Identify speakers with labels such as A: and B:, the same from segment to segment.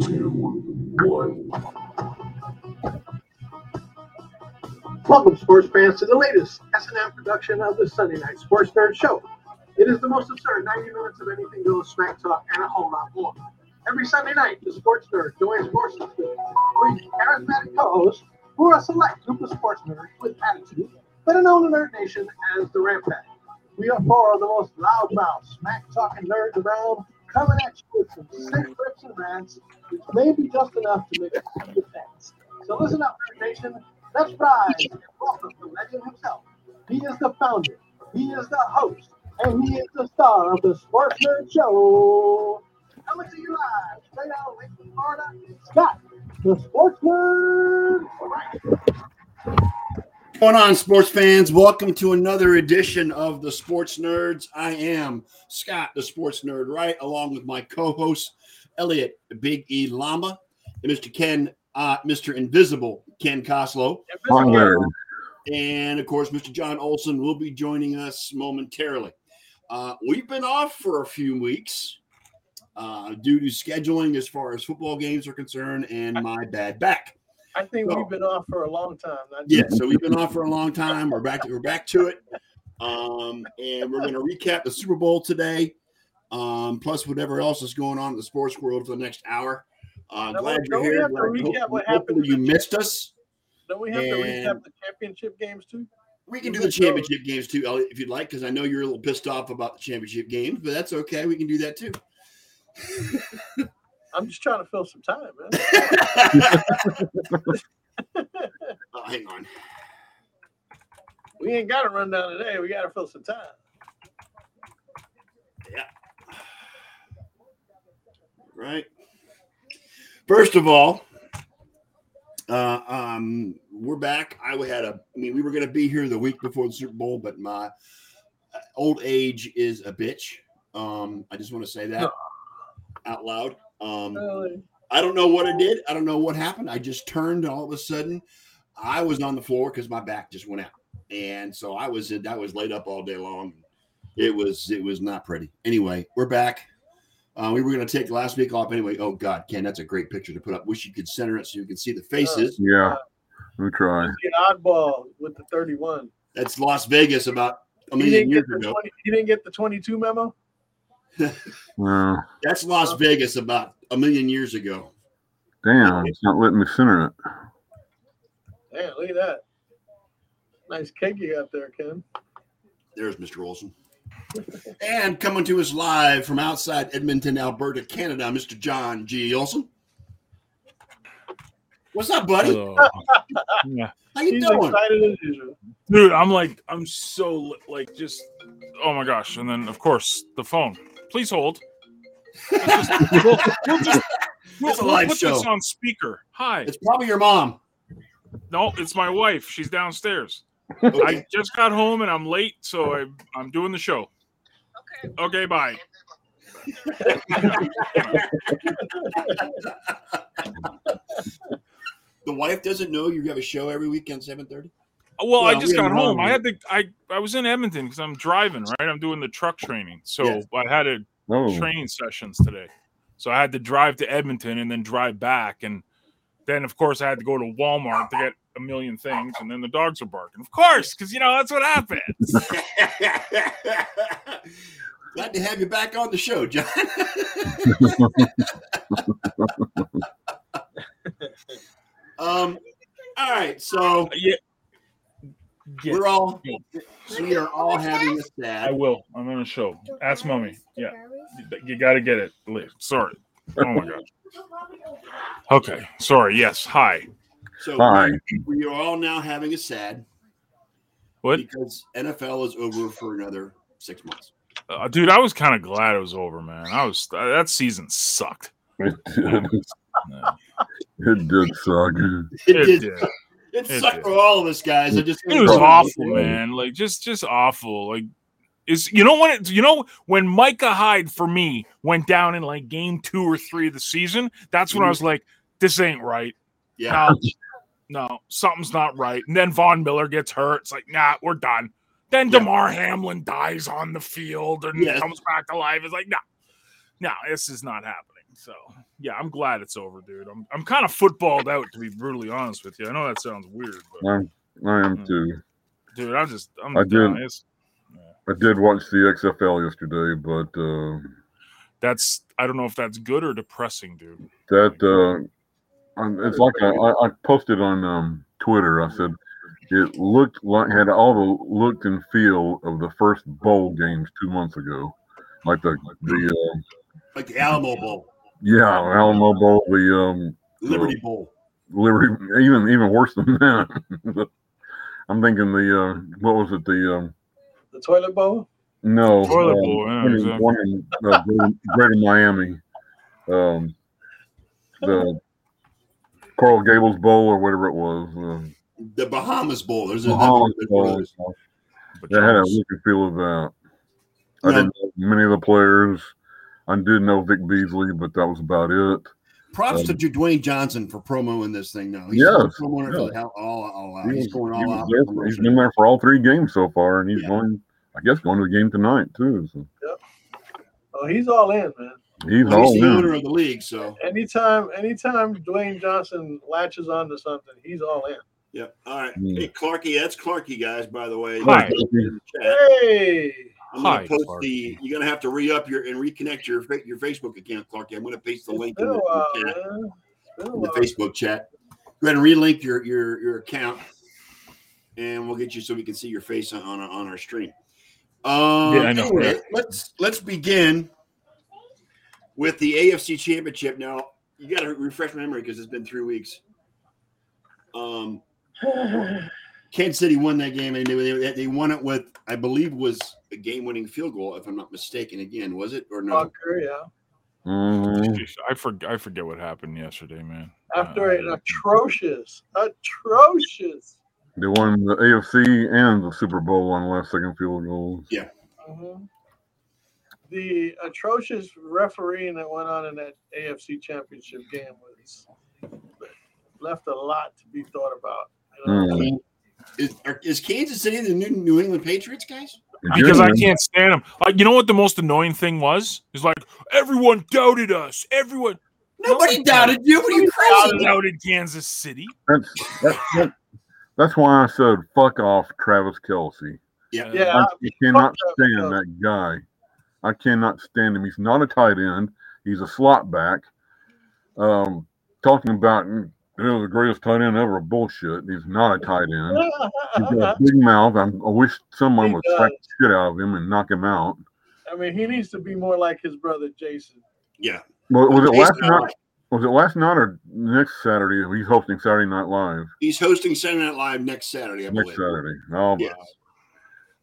A: two, one. Welcome, sports fans, to the latest SNM production of the Sunday Night Sports Nerd Show. It is the most absurd 90 minutes of anything goes smack talk and a whole lot more. Every Sunday night, the sports nerd joins forces with three charismatic co-hosts who are a select group of sports nerds with attitude, better known in Nerd Nation as the Ram Pack. We are four of the most loudmouth, smack-talking nerds around, coming at you with some sick rips and rants, which may be just enough to make a few defense. So listen up, Nerd Nation. Let's rise and welcome the legend himself. He is the founder, he is the host, and he is the star of the Sports Nerd Show. Coming to you live, straight out of Lakeland, Florida, Scott, the Sports Nerd.
B: What's going on, sports fans? Welcome to another edition of the Sports Nerds. I am Scott, the Sports Nerd, right, along with my co-host Elliot Big E Llama and Mr. Ken, uh, Mr. Invisible Ken Coslow, and of course Mr. John Olson will be joining us momentarily. Uh, we've been off for a few weeks uh, due to scheduling, as far as football games are concerned, and my bad back.
C: I think
B: So-
C: we've been off for a long time. Not
B: Yeah, so we've been off for a long time. We're back. We're back to it, um, and we're going to recap the Super Bowl today, um, plus whatever else is going on in the sports world for the next hour. Uh,
C: Now,
B: glad you're
C: don't we
B: here.
C: have to
B: Glad-
C: recap
B: hope-
C: what happened
B: hopefully
C: in
B: you
C: the-
B: missed us.
C: Don't we have to
B: And-
C: recap the championship games too?
B: We can
C: we
B: do the
C: missed those.
B: championship games too, Elliot, if you'd like, because I know you're a little pissed off about the championship games, but that's okay. We can do that too.
C: I'm just trying to fill some time, man.
B: Oh, hang on.
C: we ain't got to run down today. We got to fill some time.
B: right? First of all, uh, um, we're back. I had a, I mean, we were going to be here the week before the Super Bowl, but my uh, old age is a bitch. Um, I just want to say that out loud. Um,
C: Really?
B: I don't know what I did. I don't know what happened. I just turned all of a sudden. I was on the floor because my back just went out, and so I was that was laid up all day long. It was it was not pretty. Anyway, we're back. Uh, we were going to take last week off anyway. Oh God, Ken, that's a great picture to put up. Wish you could center it so you can see the
C: Oh.
B: faces.
D: Yeah, we try.
C: Get oddball with the 31.
B: That's Las Vegas about a
C: He
B: million
C: didn't,
B: years
C: get the
B: ago.
C: 20, he didn't get the 22 memo.
D: Well,
B: That's
C: Oh.
B: Las Vegas about a million years ago.
D: damn, it's not letting me center it.
C: Man, look at that. Nice cake you got there, Ken.
B: There's Mr. Olson. And coming to us live from outside Edmonton, Alberta, Canada, Mr. John G. Olson. What's up, buddy?
E: Hello. yeah.
B: How you
C: He's
B: doing?
C: excited as usual.
E: Dude, I'm like, I'm so li- like just, oh my gosh! And then of course the phone. Please hold. Let's just- we'll, we'll just- we'll-
B: It's a
E: we'll
B: live
E: put this
B: show.
E: on speaker. Hi.
B: It's probably your mom.
E: No, it's my wife. She's downstairs.
B: Okay.
E: I just got home and I'm late, so I, I'm doing the show. Okay. Okay. Bye.
B: the wife doesn't know you have a show every weekend, seven thirty.
E: Well, I
B: Well,
E: just
B: we
E: got
B: have
E: home.
B: mom.
E: I had to. I I was in Edmonton because I'm driving. Right, I'm doing the truck training, so
B: Yes.
E: I had to
D: Oh,
E: training sessions today. So I had to drive to Edmonton and then drive back. And then, of course, I had to go to Walmart to get a million things. And then the dogs were barking, of course, because, you know, that's what happened.
B: Glad to have you back on the show, John. um. All right, so
E: Yeah. Yeah,
B: we're all we are all having a
E: I
B: sad.
E: will. I'm on a show. Ask mommy. Yeah. You got to get it. Liz. Sorry. Oh, my gosh. Okay. Sorry. Yes. Hi.
B: So
D: hi.
B: we are all now having a sad
E: What?
B: because NFL is over for another six months.
E: Uh, dude, I was kind of glad it was over, man. I was, uh, that season sucked.
D: It did, it did suck.
B: It,
E: It
B: did,
E: did.
B: it
E: It
B: sucked
E: did.
B: for all of us guys. I just
E: It was
D: Probably.
E: awful, man. Like just just awful. Like is you know when it, you know when Micah Hyde for me went down in like game two or three of the season. That's when I was like, this ain't right.
B: Mm-hmm. Yeah,
E: No, no, something's not right. And then Von Miller gets hurt. It's like, nah, we're done. Then
B: Yeah.
E: Damar Hamlin dies on the field and
B: Yes.
E: comes back to life. It's like, nah, no, this is not happening. So yeah, I'm glad it's over, dude. I'm I'm kind of footballed out to be brutally honest with you. I know that sounds weird, but
D: I'm, I am too.
E: dude, I'm just I'm
D: I did.
E: down. It's-
D: I did watch the XFL yesterday, but uh,
E: That's I don't know if that's good or depressing, dude.
D: that uh, um, it's like I, I, I posted on um, Twitter. I said it looked like had all the look and feel of the first bowl games two months ago, like the the uh,
B: Like the Alamo Bowl,
D: yeah Alamo Bowl, the um,
B: Liberty Bowl.
D: Liberty, even even worse than that. I'm thinking the uh, what was it the um,
C: The toilet bowl?
D: No,
E: Toilet
D: um,
E: bowl,
D: one
E: yeah,
D: in-
E: exactly.
D: one in, uh, Greater- Greater Miami, um, the Carl Gables Bowl or whatever it was. Um,
B: The Bahamas Bowl. There's a
D: Bahamas
B: there's one of
D: Bowl.
B: those.
E: But
D: That had a
E: Jones-
D: look and feel of that.
B: No.
D: I didn't know many of the players. I did know Vic Beasley, but that was about it.
B: Props to
D: Um,
B: Dwayne Johnson for promoing this thing. Now he's
D: Yes,
B: promoting it for the hell- all, all out. He's
D: He
B: going
D: was-
B: all
D: he
B: out.
D: was
B: for
D: there for- he's
B: promotion.
D: been there for all three games so far, and he's
B: Yeah.
D: going, I guess, going to the game tonight too. So
C: Oh, he's all in, man.
D: he's
B: Well,
D: all
B: he's the
D: in.
B: owner of the league, so
C: Anytime, anytime Dwayne Johnson latches onto something, he's all in.
B: yep. All right.
D: Hmm.
B: Hey, Clarky, that's Clarky, guys. By the way,
E: Hi.
B: In the chat.
C: Hey,
B: I'm gonna
E: Hi,
B: post
E: Clarky.
B: the. You're gonna have to re up your and reconnect your fa- your Facebook account, Clarky. I'm gonna paste the link
C: it's
B: in
C: been
B: the,
C: a while,
B: in the
C: uh, man. uh,
B: chat,
C: It's been a
B: in the
C: while.
B: Facebook chat. Go ahead and relink your your your account, and we'll get you so we can see your face on on our, on our stream. Um,
E: Yeah, I know.
B: anyway,
E: Yeah.
B: let's let's begin with the AFC Championship. Now you got to refresh my memory because it's been three weeks. Um, Kansas City won that game, and they, they, they won it with, I believe, was a game-winning field goal, if I'm not mistaken. Again, was it or no?
C: Fucker, yeah.
D: Mhm.
E: Jeez, I forget I forget what happened yesterday, man.
C: After an
E: Uh,
C: atrocious, atrocious.
D: They won the AFC and the Super Bowl on last second field goals.
C: Mhm. The atrocious refereeing that went on in that AFC Championship game was left a lot to be thought about. You know?
B: I
D: Mm.
B: mean, is, are, is Kansas City the new New England Patriots, guys?
E: because I
D: Genuine.
E: can't stand him. Like, you know what the most annoying thing was? Is like everyone doubted us. Everyone
B: Nobody
E: No.
B: doubted you. What are you crazy?
E: doubted Kansas City.
D: That's that's, that- that's why I said fuck off, Travis Kelsey.
B: Yeah.
C: Yeah,
D: I cannot
C: fuck Travis
D: stand that guy. I cannot stand him. He's not a tight end. He's a slot back. Um, talking about mm, you know, the greatest tight end ever. Bullshit. He's not a tight end. He's got a big mouth. I'm, I wish someone
C: He
D: would
C: does.
D: slap the shit out of him and knock him out.
C: I mean, he needs to be more like his brother Jason.
B: yeah.
D: Wa- Was it
B: Jason
D: last
B: Allen,
D: night? Was it last night or next Saturday? He's hosting Saturday Night Live.
B: He's hosting Saturday Night Live next Saturday, I
D: next
B: believe.
D: Saturday. I'll
B: Yes.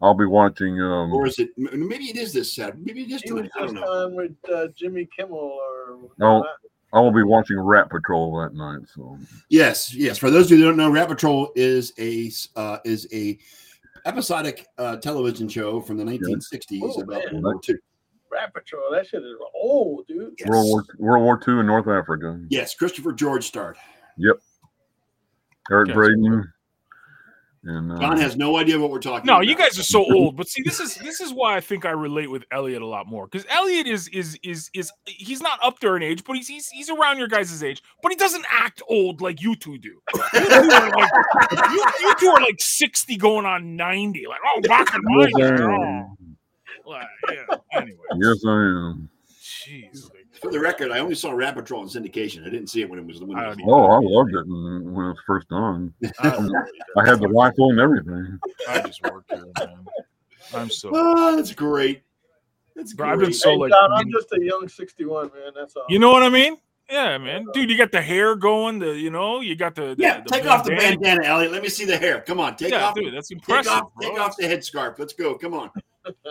D: I'll be watching. Um,
B: Or is it? m- Maybe it is this Saturday. Maybe it is
C: He was
B: tonight. I don't
C: just
B: know.
C: on with uh, Jimmy Kimmel or
D: No. I will be watching Rat Patrol that night. So
B: Yes, yes. For those who don't know, Rat Patrol is a uh, is a episodic uh, television show from the 1960s
C: Oh,
B: about
C: man.
B: World War II.
C: Rat Patrol. That shit is old, dude.
B: Yes.
D: World War World War Two in North Africa.
B: Yes, Christopher George starred.
D: Uh-huh. Eric
E: Yes.
D: Braden. And uh,
B: Don has no idea what we're talking
E: No,
B: about.
E: you guys are so old. But see, this is this is why I think I relate with Elliot a lot more because Elliot is is is is he's not up there in age, but he's he's, he's around your guys' age. But he doesn't act old like you two do. You two are like, you, you two are like sixty, going on ninety. Like oh, back in my
D: yes, I
E: day, oh.
D: am.
E: Like, yeah. Anyway,
D: Yes, I am.
E: jeez. like,
B: For the record, I only saw Rat Patrol in syndication. I didn't see it when it was when
E: I
B: it was Uh,
E: don't
D: Oh, I loved it when when it was first on.
E: I don't know.
D: I had the rifle and everything.
E: I just work here, man. I'm so.
B: Oh, that's great. That's
E: Bro, I've been so
C: Hey,
E: like.
C: John, I'm just a young 61 man. That's all.
E: You know what I mean? Yeah, man, dude, you got the hair going. The you know, you got the, the-
B: yeah,
E: the
B: take off the
E: bandana.
B: bandana, Elliot. Let me see the hair. Come on, take
E: yeah,
B: off.
E: dude, that's impressive.
B: Take off,
E: bro.
B: take off the headscarf. Let's go. Come on.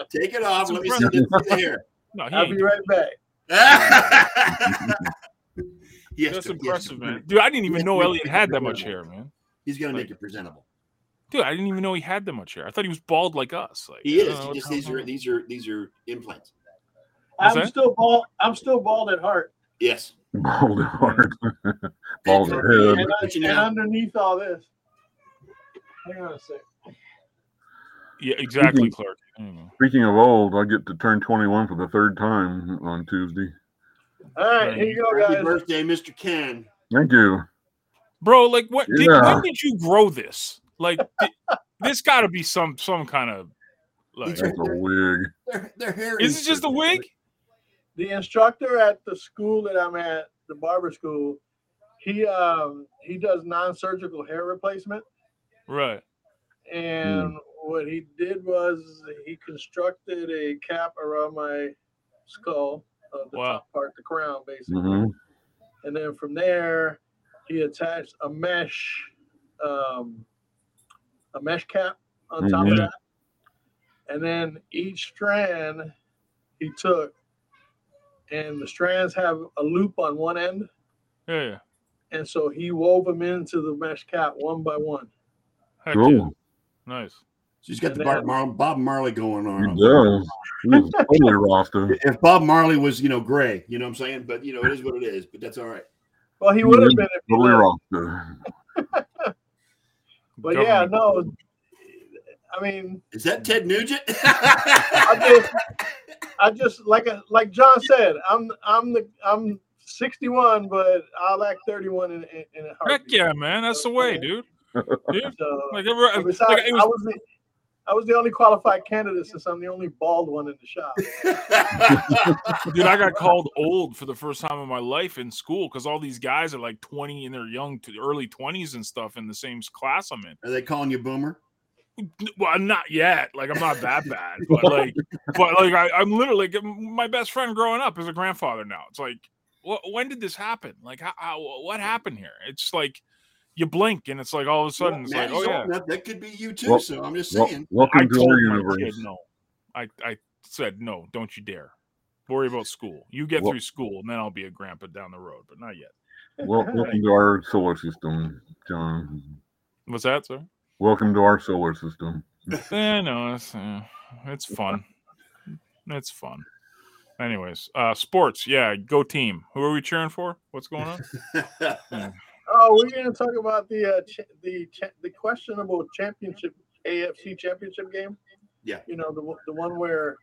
B: Take it off.
E: It's
B: Let me see the, see the hair.
E: No, he
C: I'll
E: ain't
C: be
E: doing
C: right back.
E: it.
B: yes,
E: that's
B: dude.
E: impressive,
B: Yes.
E: man. Dude, I didn't
B: He has
E: even
B: to
E: know
B: make
E: Elliot
B: it
E: had that much hair,
B: presentable.
E: man.
B: He's gonna make it presentable.
E: Dude, I didn't even know he had that much hair. I thought he was bald like us. Like
B: He
E: I don't
B: is.
E: know
B: He
E: what
B: just
E: the
B: these
E: hell-
B: are these are these are implants.
E: What's
C: I'm
E: that?
C: still bald. I'm still bald at heart.
B: Yes.
D: Bald heart. Bald head.
C: And, I-
B: But you
C: and
B: know-
C: underneath all this, hang on a sec.
E: Yeah, exactly,
D: Mhm.
E: Clark. I don't know.
D: Speaking of old, I get to turn 21 for the third time on Tuesday.
C: All right, here you go,
B: Happy
C: guys.
B: birthday, Mr. Ken.
D: Thank you.
E: bro. Like, what? Did,
D: Yeah.
E: When did you grow this? Like, di- this got to be some some kind of. Like,
B: These
D: That's a wig.
B: Their, their hair
E: is it just a wig?
C: the instructor at the school that I'm at, the barber school, he um he does non-surgical hair replacement,
E: Right.
C: and what he did was he constructed a cap around my skull, uh, the
E: Wow.
C: top part, the crown, basically,
D: Mhm.
C: and then from there he attached a mesh, um, a mesh cap on top
D: Mhm.
C: of that, and then each strand he took, and the strands have a loop on one end.
E: Yeah. yeah.
C: And so he wove them into the mesh cap one by one.
E: Heck yeah.
D: Cool.
E: Nice.
B: She's got the Bob Marley, Bob Marley going
D: He
B: on.
D: does. He's totally roster.
B: If Bob Marley was, you know, gray, you know what I'm saying? But, you know, it is what it is. But that's all right.
C: Well, he would have been if he
D: Totally
C: lived.
D: roster.
C: But yeah,
E: Government.
C: no. I mean,
B: Is that Ted Nugent?
C: I just, I just like uh, like John said, I'm I'm the I'm 61, but I'll act 31 in in, in a
E: Heck
C: heartbeat.
E: yeah, man. That's the way, dude.
C: So,
E: Like, every, like
C: and
E: it
C: besides, I
E: was,
C: was the I was the only qualified candidate since I'm the only bald one in the shop.
E: dude. I got called old for the first time in my life in school because all these guys are like 20 and they're young to early 20s and stuff in the same class I'm in.
B: Are they calling you boomer?
E: well, I'm not yet. Like I'm not that bad, but like, but like I, I'm literally like, my best friend growing up is a grandfather now. It's like, what? When did this happen? Like, how, how? What happened here? It's like you blink and it's like all of a sudden it's like,
B: Maddie's
E: oh yeah,
B: old enough. That could be you too.
D: Well-
B: so I'm just
D: Well,
B: saying.
E: I
D: welcome to
E: told
D: our
E: my kid
D: universe.
E: no. I I said no. Don't you dare. Worry about school. You get
D: Well-
E: through school, and then I'll be a grandpa down the road, but not yet.
D: Well, welcome to our solar system, John.
E: What's that, sir?
D: Welcome to our solar system.
E: Eh, no, it's, eh, it's fun. It's fun. Anyways, uh sports. Yeah, go team. Who are we cheering for? What's going on?
C: Oh, we're going to talk about the uh, ch- the cha- the questionable championship AFC championship game.
B: Yeah.
C: you know the one- the one where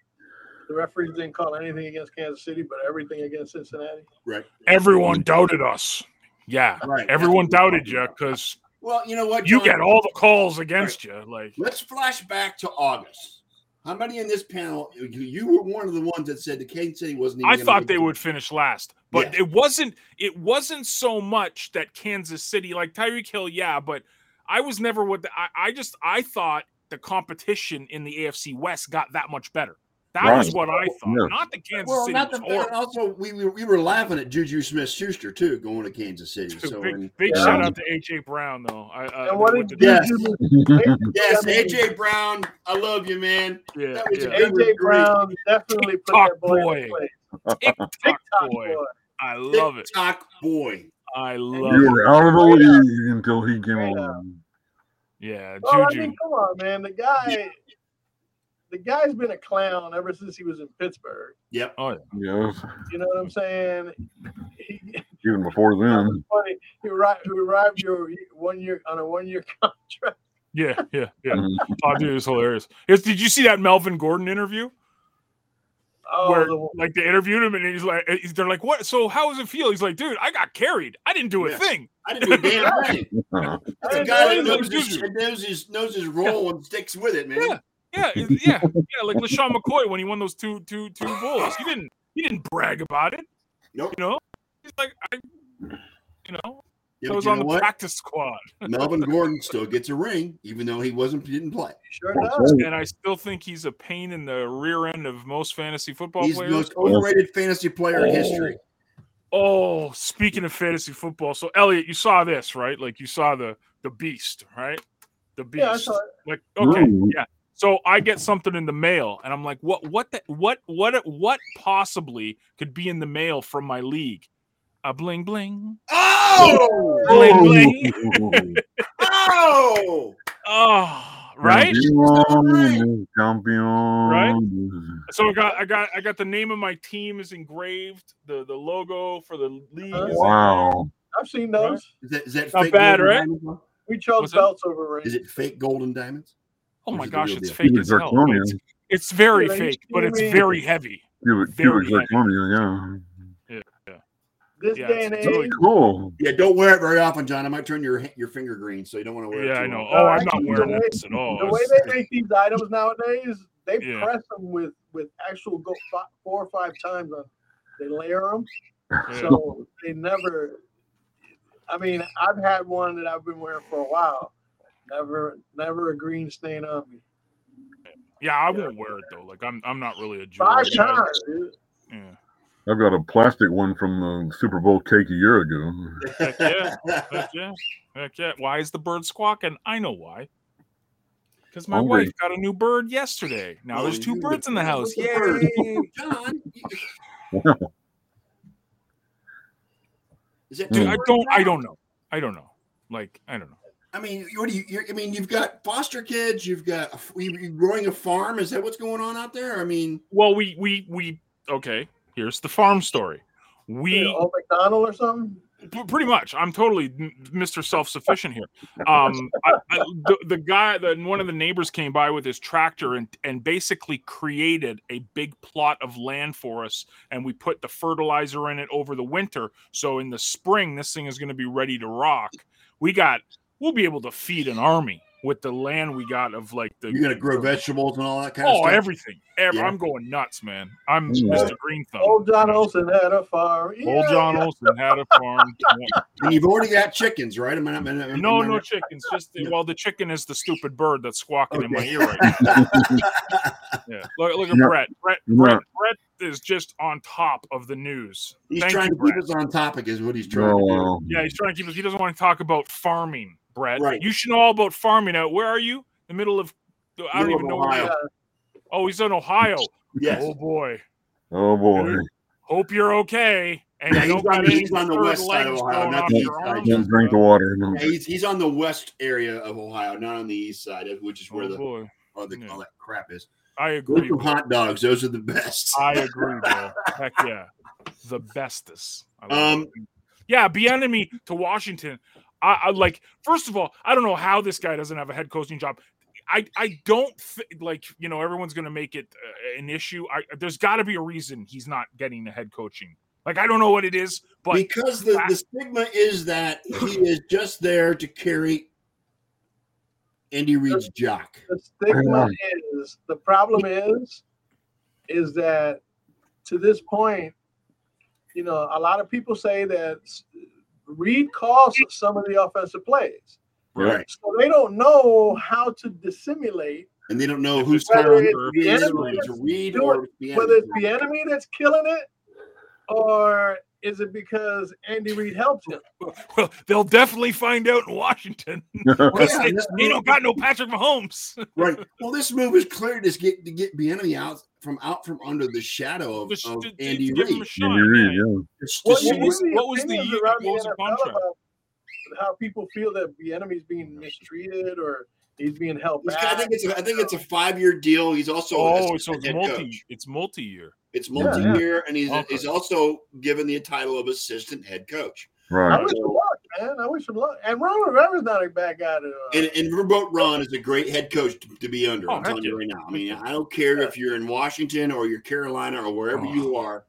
C: the referees didn't call anything against Kansas City, but everything against Cincinnati.
B: right.
E: Everyone doubted us. Yeah.
B: Right.
E: Everyone doubted you because
B: Well, you know what?
E: you
B: John?
E: get all the calls against you. Like
B: Let's flash back to August. How many in this panel? You, you were one of the ones that said the Kansas City wasn't. Even
E: I
B: gonna
E: thought
B: make
E: they
B: it.
E: would finish last, but
B: Yeah.
E: it wasn't it wasn't so much that Kansas City like Tyreek Hill, yeah, but I was never with the, I, I just I thought the competition in the AFC West got that much better. That was
D: Right.
E: what I thought.
D: Yeah.
E: Not the Kansas
B: Well,
E: City
B: not the
E: was horrible.
B: and also we, we we were laughing at Juju Smith Schuster too going to Kansas City.
E: Dude,
B: So and-
E: big big
C: Yeah.
E: shout out to AJ Brown though. I, I
C: and what
E: with
C: did
E: the-
B: Yes.
C: Juju-
B: yes, AJ Brown, I love you, man.
E: yeah,
B: that was a
E: yeah.
B: good-
C: AJ Brown definitely put
E: TikTok
C: that boy.
E: boy.
C: in place.
E: TikTok
C: TikTok
E: boy.
C: boy.
E: I love it.
B: TikTok boy.
E: I love
D: You
E: it.
D: were out of the
C: Straight up.
D: league until he came
C: Straight up.
D: along.
E: Yeah,
C: Well, Oh, I
E: Juju.
C: mean, come on, man. The guy, the guy's been a clown ever since he was in Pittsburgh.
B: Yep.
D: Yes,
C: You know what I'm saying? He,
D: even before then.
C: funny. He arrived, he arrived your one year on a one year contract.
E: Yeah, yeah, yeah.
D: Mhm.
E: Oh, dude, it's hilarious. It's- did you see that Melvin Gordon interview?
C: Oh,
E: where
C: the,
E: like they interviewed him and he's like, eh, he's- they're like, what? So how does it feel? He's like, dude, I got carried. I didn't do a
B: Yeah.
E: thing.
B: I didn't do a damn thing.
D: Uh,
B: That's a
C: didn't
B: guy
C: do
B: that
E: anything.
B: knows his, that knows his knows his role and sticks with it, man.
E: Yeah, it- yeah, yeah. Like LaShawn McCoy when he won those two, two, two bulls. He didn't, he didn't brag about it.
B: Nope.
E: You know, he's like, I, you know,
B: Yeah,
E: I
B: but
E: was
B: you
E: on
B: know
E: the
B: what?
E: practice squad,
B: Melvin Gordon still gets a ring, even though he wasn't didn't play.
C: sure
D: that's
C: does.
D: right.
E: and I still think he's a pain in the rear end of most fantasy football
B: He's the
E: players.
B: most overrated fantasy player in
E: Oh.
B: history.
E: Oh, speaking of fantasy football, so Elliot, you saw this, right? Like you saw the the beast, right? The beast.
C: Yeah, I saw it.
E: Like okay,
D: No.
E: yeah. So I get something in the mail, and I'm like, what, what, the, what, what, what possibly could be in the mail from my league? A bling bling,
B: Oh!
E: bling bling.
B: Oh!
E: Oh, right.
D: Champion, champion.
E: Right? So I got, I got, I got the name of my team is engraved. The the logo for the league. Is
D: Uh-huh. Wow.
C: I've seen those.
B: Is that, is that
E: Not
B: fake
E: bad,
B: golden
E: right?
B: diamonds, huh?
C: We
E: Was
C: chose
E: it-
C: belts over rings.
B: Is it fake golden diamonds?
E: Oh
B: This
E: my
B: is the
E: gosh,
B: real
E: it's
B: deal.
E: fake
D: Cubic
E: as hell. but
D: zirconia.
E: It's, it's very
C: Yeah, you
E: fake, but it's
C: see me?
E: very heavy.
D: Cubic,
E: Very
D: cubic zirconia, yeah.
C: This
E: Yeah,
C: day and
E: it's
C: age,
E: really
D: Cool.
B: Yeah, don't wear it very often, John. I might turn your your finger green, so you don't want to wear it. too
E: Yeah, I know.
B: often.
E: Oh,
C: Uh,
E: I'm not
C: actually,
E: wearing
C: the way-
E: this at all.
C: the way
E: It's-
C: they make these items nowadays, they
E: Yeah.
C: press them with with actual go fi- four or five times. On, they layer them,
E: yeah.
C: so they never. I mean, I've had one that I've been wearing for a while. Never, never a green stain on me.
E: Yeah, I won't wear it though. Like I'm, I'm not really a jewelry
C: Five
E: guy.
C: times. dude.
E: Yeah.
D: I've got a plastic one from the Super Bowl cake a year ago.
E: Heck yeah, heck yeah, heck yeah. Why is the bird squawking? I know why. Because my
D: Hungry.
E: wife got a new bird yesterday. Now
B: Oh,
E: there's two
B: you-
E: birds in the house.
B: Look at
E: Yay!
B: the bird. John, you- is that
E: Dude,
B: too
E: I
B: much?
E: don't, I don't know. I don't know. Like I don't know.
B: I mean, what do you? You're, I mean, you've got foster kids. You've got you- you're growing a farm. Is that what's going on out there? I mean,
E: Well, we, we, we. Okay, here's the farm story.
C: Dude,
E: We
C: Old McDonald or something.
E: P- pretty much. I'm totally n- Mr. Self Sufficient here. Um, I, I, the, the guy, the, one of the neighbors came by with his tractor and and basically created a big plot of land for us, and we put the fertilizer in it over the winter. So in the spring, this thing is going to be ready to rock. We got, we'll be able to feed an army with the land we got of like the.
B: you're gonna grow vegetables and all that kind of
E: Oh,
B: stuff.
E: everything! Ev-
B: Yeah. Mm. Oh,
E: I'm going nuts, man. I'm
D: Yeah.
E: Mr. Green Thumb.
C: Old John Olson had a farm.
E: Old John Olson had a farm.
B: and you've already got chickens, right? I mean, I mean, I mean-
E: No,
B: I mean-
E: no chickens. Just the, well, the chicken is the stupid bird that's squawking in my
B: Okay.
E: ear right now. Yeah. Look, look at
D: Yeah.
E: Brett. Brett. Brett.
D: Yeah.
E: Brett is just on top of the news.
B: He's
E: Thank
B: trying
E: you,
B: to keep
E: Brett.
B: us on topic, is what he's trying
D: Oh,
B: to do.
D: wow.
E: Yeah, he's trying to keep us. He doesn't want to talk about farming, Brett.
B: Right.
E: You should know all about farming. Out where are you? The middle of. I don't
B: Middle
E: even
B: of
E: know. Where
B: Ohio.
E: you- oh, he's in Ohio.
B: Yes.
E: Oh boy.
D: Oh boy.
E: Hope you're okay. And
B: Yeah,
E: you
B: he's
E: don't
B: on-
E: got any
B: he's on the
E: third
B: west side of
E: legs
B: Ohio,
E: growing
B: not
E: off
D: the
E: your
B: east side.
E: arms
D: Don't
E: and
D: drink the
E: stuff.
D: water.
B: Yeah, he's he's on the west area of Ohio, not on the east side, which is where
E: Oh
B: the
E: boy.
B: all, the,
E: Yeah.
B: all that crap is.
E: I
B: Those
E: agree.
B: are
E: with
B: hot dogs. Those are the best.
E: I agree, bro. Heck yeah, the bestest. I love
B: Um,
E: it. yeah, be enemy to Washington. I, I like. First of all, I don't know how this guy doesn't have a head coaching job. I I don't th- like. You know, everyone's going to make it uh, an issue. I, there's got to be a reason he's not getting the head coaching. Like I don't know what it is, but
B: because the, the stigma is that he is just there to carry Andy Reid's jock.
C: the stigma
D: Wow.
C: is the problem is is that to this point you know a lot of people say that s- reed calls some of the offensive plays
B: Right.
C: so they don't know how to dissimulate
B: And they don't know
E: If
B: who's
E: it's
B: telling
C: whether it's
B: or
C: the
B: is,
C: enemy
B: or it's
C: that's
B: Reid
C: doing-
B: or the
C: whether it's
B: enemy.
C: the enemy that's killing it or is it because andy reed helped him
E: well, they'll definitely find out in Washington.
B: Well, yeah,
E: they,
B: that
E: they
B: move-
E: don't got no Patrick Mahomes.
B: right. Well, this move is clear to get to get the enemy out from out from under the shadow of,
E: Just
B: of
E: to- to- to
B: Oh, Andy
E: give him
B: Reid.
E: a shot,
D: Andy Reid, yeah.
B: It's
E: Well,
B: just-
E: you- what was-
C: the
E: what was the
C: opinions
E: year-
C: around
E: what was the
C: NFL
E: contract?
C: about how people feel that the enemy's being mistreated or he's being held
B: it's-
C: back.
B: I think it's a, I think it's a five year deal. He's also
E: oh,
B: a-
E: so it's
B: head
E: multi.
B: coach.
E: It's multi-year.
B: It's
D: Yeah, yeah.
B: multi year, and he's
E: Okay.
B: he's also given the title of assistant head coach.
C: I
D: Right.
C: wish him luck, man. I wish him luck. And Ron Rivera's not a bad guy to. Uh,
B: And, and Verboten Ron is a great head coach to, to be under.
E: Oh,
B: I'm
E: heck
B: telling you right now. I mean, I don't care if you're in Washington or you're Carolina or wherever
E: Oh.
B: you are.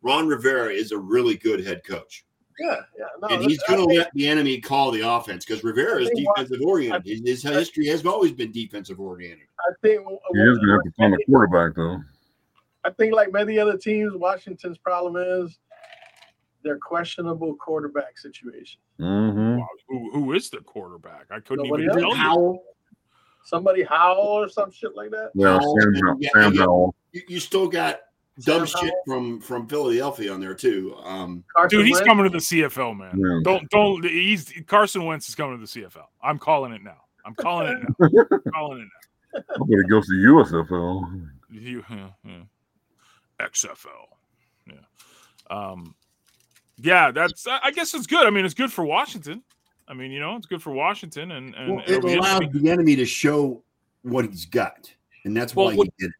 B: Ron Rivera is a really good head coach,
C: yeah, yeah.
E: Oh,
C: No,
B: and he's
C: I
B: going to
C: think-
B: let the enemy call the offense because Rivera
C: I
B: is
C: think Wa-
B: defensive oriented. His, his history has always been defensive oriented.
C: I think.
D: He is going to have to find a quarterback, though.
C: I think, like many other teams, Washington's problem is their questionable quarterback situation.
D: Mm-hmm.
E: Wow, who, who is the quarterback? I couldn't
C: Nobody
E: even
C: else?
E: tell you.
B: Howell,
C: Somebody howl or some shit like that.
D: Yeah,
B: Oh,
D: Sam,
B: and yeah,
D: Sam
B: yeah.
D: Howell.
B: you, you still got dumb
C: Sam
B: shit from from Philadelphia on there too. Um,
C: Carson
E: Dude, he's
C: Wentz.
E: coming to the CFL, man.
D: Yeah.
E: Don't don't. He's Carson Wentz is coming to the CFL. I'm calling it now. I'm calling it now. I'm calling it
D: I bet he goes to USFL.
E: now. You, yeah, yeah. XFL. Yeah. Um. Yeah, that's. I I guess it's good. I mean, it's good for Washington. I mean, you know, it's good for Washington, and and
B: well, it
E: it'll be
B: allowed
E: interesting.
B: the enemy to show what he's got, and that's
E: Well,
B: why he
E: what-
B: did. it.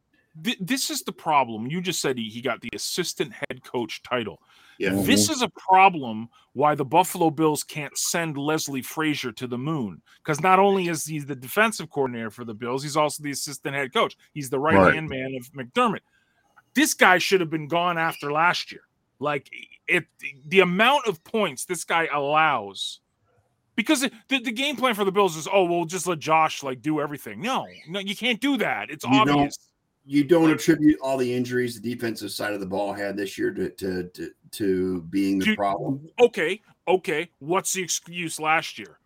E: Th- this is the problem. You just said he, he got the assistant head coach title.
B: Yeah.
E: This is a problem why the Buffalo Bills can't send Leslie Frazier to the moon. Because not only is he the defensive coordinator for the Bills, he's also the assistant head coach. He's the right hand man of McDermott. This guy should have been gone after last year. Like it, the amount of points this guy allows, because it- the, the game plan for the Bills is, oh, we'll just let Josh like do everything. No, no, you can't do that. It's
B: You don't-
E: obvious.
B: you don't attribute all the injuries the defensive side of the ball had this year to to to, to being the
E: You-
B: problem.
E: okay, okay, what's the excuse last year?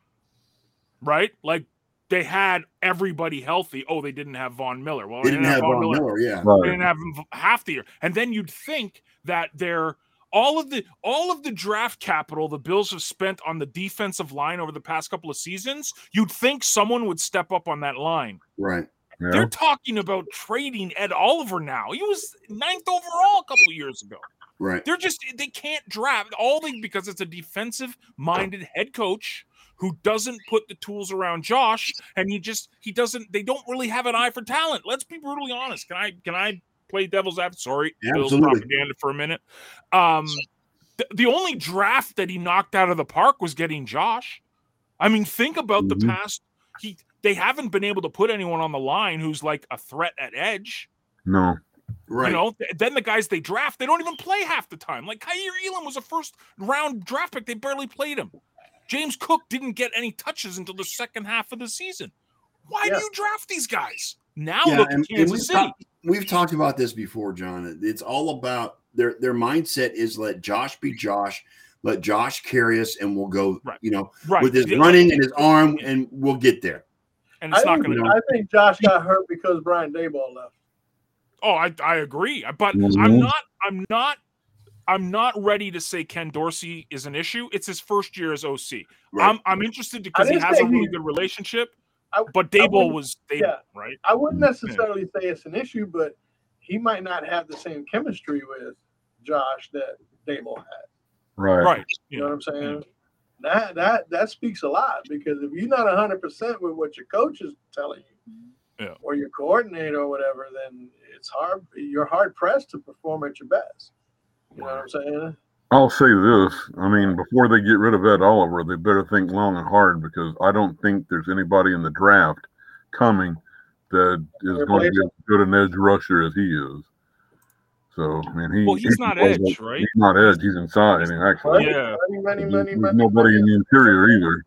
E: Right? Like they had everybody healthy. Oh, they didn't have Oh, Von Miller. Well,
B: They didn't have Von Miller. yeah.
E: They
D: Right.
E: didn't have him half the year. And then you'd think that their all of the all of the draft capital the Bills have spent on the defensive line over the past couple of seasons, you'd think someone would step up on that line.
B: Right.
D: Yeah.
E: They're talking about trading Ed Oliver now. He was ninth overall a couple years ago.
B: Right.
E: They're just they can't draft all they because it's a defensive minded head coach who doesn't put the tools around Josh and he just he doesn't they don't really have an eye for talent. Let's be brutally honest. Can I can I play devil's advocate? Sorry, Bill's
B: Absolutely.
E: propaganda for a minute. Um th- the only draft that he knocked out of the park was getting Josh. I mean, think about the
D: Mhm.
B: Mm-hmm.
E: past he they haven't been able to put anyone on the line who's like a threat at edge.
D: No.
B: Right.
E: You know, th- then the guys they draft, they don't even play half the time. Like Kyir Elam was a first round draft pick, they barely played him. James Cook didn't get any touches until the second half of the season. Why
C: Yeah.
E: do you draft these guys? Now
B: yeah,
E: look
B: and, and
E: at Kansas
B: we've,
E: City.
B: talked, we've talked about this before, John. It's all about their their mindset is let Josh be Josh, let Josh carry us, and we'll go.
E: Right.
B: You know,
E: right.
B: with his
E: Yeah,
B: running and his arm, and we'll get there.
E: and it's
C: I
E: not
C: think-
E: gonna
B: you know.
C: I think Josh got hurt because Brian Dayball left.
E: Oh, I, I agree. But I'm
B: Mm-hmm.
D: Mhm.
E: not I'm not I'm not ready to say Ken Dorsey is an issue. It's his first year as OC.
B: Right.
E: I'm I'm interested because he
C: didn't
E: has
C: say
E: a really
C: he-
E: good relationship.
C: I-
E: but Dable
C: wouldn't-
E: was Dable,
C: yeah.
E: right?
C: I wouldn't necessarily say it's an issue, but he might not have the same chemistry with Josh that Dayball had.
D: Right.
E: Right.
C: You know what I'm
E: Mm.
C: saying? That that that speaks a lot because if you're not 100 percent with what your coach is telling you,
E: Yeah.
C: or your coordinator or whatever, then it's hard. You're hard pressed to perform at your best. You know what I'm saying?
D: I'll say this. I mean, before they get rid of Ed Oliver, they better think long and hard because I don't think there's anybody in the draft coming that is going to be as good an edge rusher as he is. So, I mean, he,
E: Well, he's not
D: he's-
E: edge, right?
D: He's not edge. He's inside, and actually,
E: Yeah.
C: Money, money,
D: there's,
C: money,
D: there's
C: money,
D: nobody in the interior either.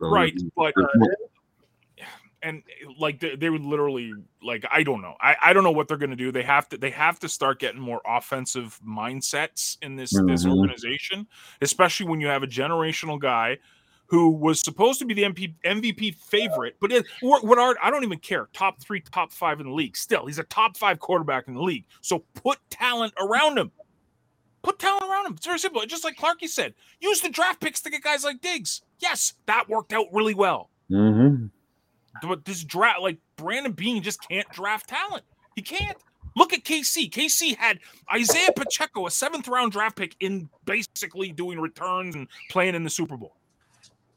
D: So
E: right
D: there's-
E: but uh,
D: there's no-
E: and like they, they would literally like i don't know I, I don't know what they're going to do they have to they have to start getting more offensive mindsets in this this
D: Mhm.
E: organization especially when you have a generational guy who was supposed to be the MP, MVP favorite, but it, what, what are I don't even care. Top three, top five in the league. Still, he's a top five quarterback in the league. So put talent around him. Put talent around him. It's very simple. Just like Clarky said, use the draft picks to get guys like Diggs. Yes, that worked out really well
D: Mhm.
E: but this draft, like Brandon Bean, just can't draft talent. He can't. Look at KC. KC had Isaiah Pacheco, a seventh round draft pick, in basically doing returns and playing in the Super Bowl,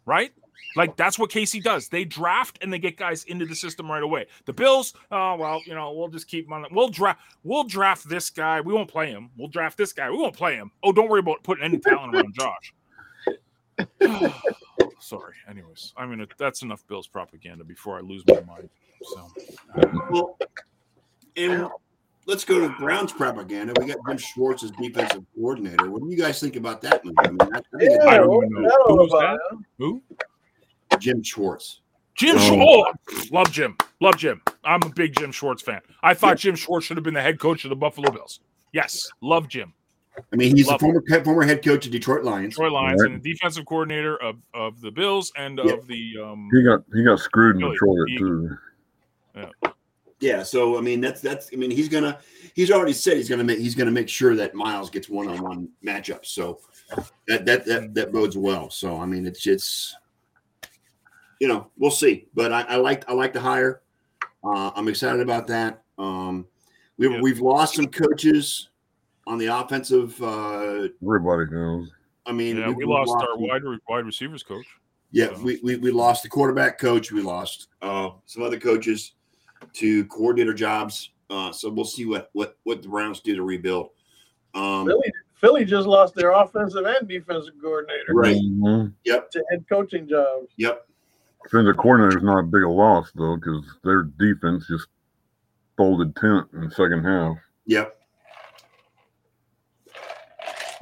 E: right? Like that's what KC does. They draft and they get guys into the system right away. The Bills, oh well, you know, we'll just keep him on. We'll draft. We'll draft this guy. We won't play him. We'll draft this guy. We won't play him. Oh, don't worry about putting any talent around Josh. Sorry. Anyways, I'm gonna. That's enough Bills propaganda before I lose my mind. So
B: Well, and let's go to Browns propaganda. We got Ben Schwartz as defensive coordinator. What do you guys think about that move? I mean, I, I think
C: Yeah,
E: I
B: it's
E: don't even know
C: I don't know
E: who's
C: about
E: who?
B: Jim Schwartz.
E: Jim
D: Oh.
E: Schwartz. Love Jim. Love Jim. I'm a big Jim Schwartz fan. I thought Jim Schwartz should have been the head coach of the Buffalo Bills. Yes, love Jim.
B: I mean, he's the
E: Love
B: former former head coach of Detroit Lions.
E: Troy Lyons
D: Right.
E: and the defensive coordinator of, of the Bills and
B: Yeah.
E: of the um
D: He got he got screwed in
E: Really?
D: Detroit
E: He-
D: too.
B: Yeah, so I mean that's that's I mean he's gonna he's already said he's gonna make he's gonna make sure that Miles gets one on one matchups. So that that that that bodes well. So I mean it's it's you know we'll see, but I, I like I like the hire. Uh, I'm excited about that. Um, we
E: Yeah.
B: we've lost some coaches on the offensive. Uh,
D: Everybody knows.
B: I mean
E: yeah,
B: we've-
E: we
B: we've
E: lost our
B: some-
E: wide re- wide receivers coach.
B: yeah,
E: So-
B: we, we, we lost the quarterback coach. We lost uh, some other coaches to coordinator jobs. Uh, so we'll see what, what, what the Browns do to rebuild. Um,
C: Philly, Philly just lost their offensive and defensive coordinator
B: Right.
D: Mhm.
C: to head coaching jobs.
B: Yep.
D: Defensive coordinator is not a big a loss though, because their defense just folded tent in the second half.
B: Yep.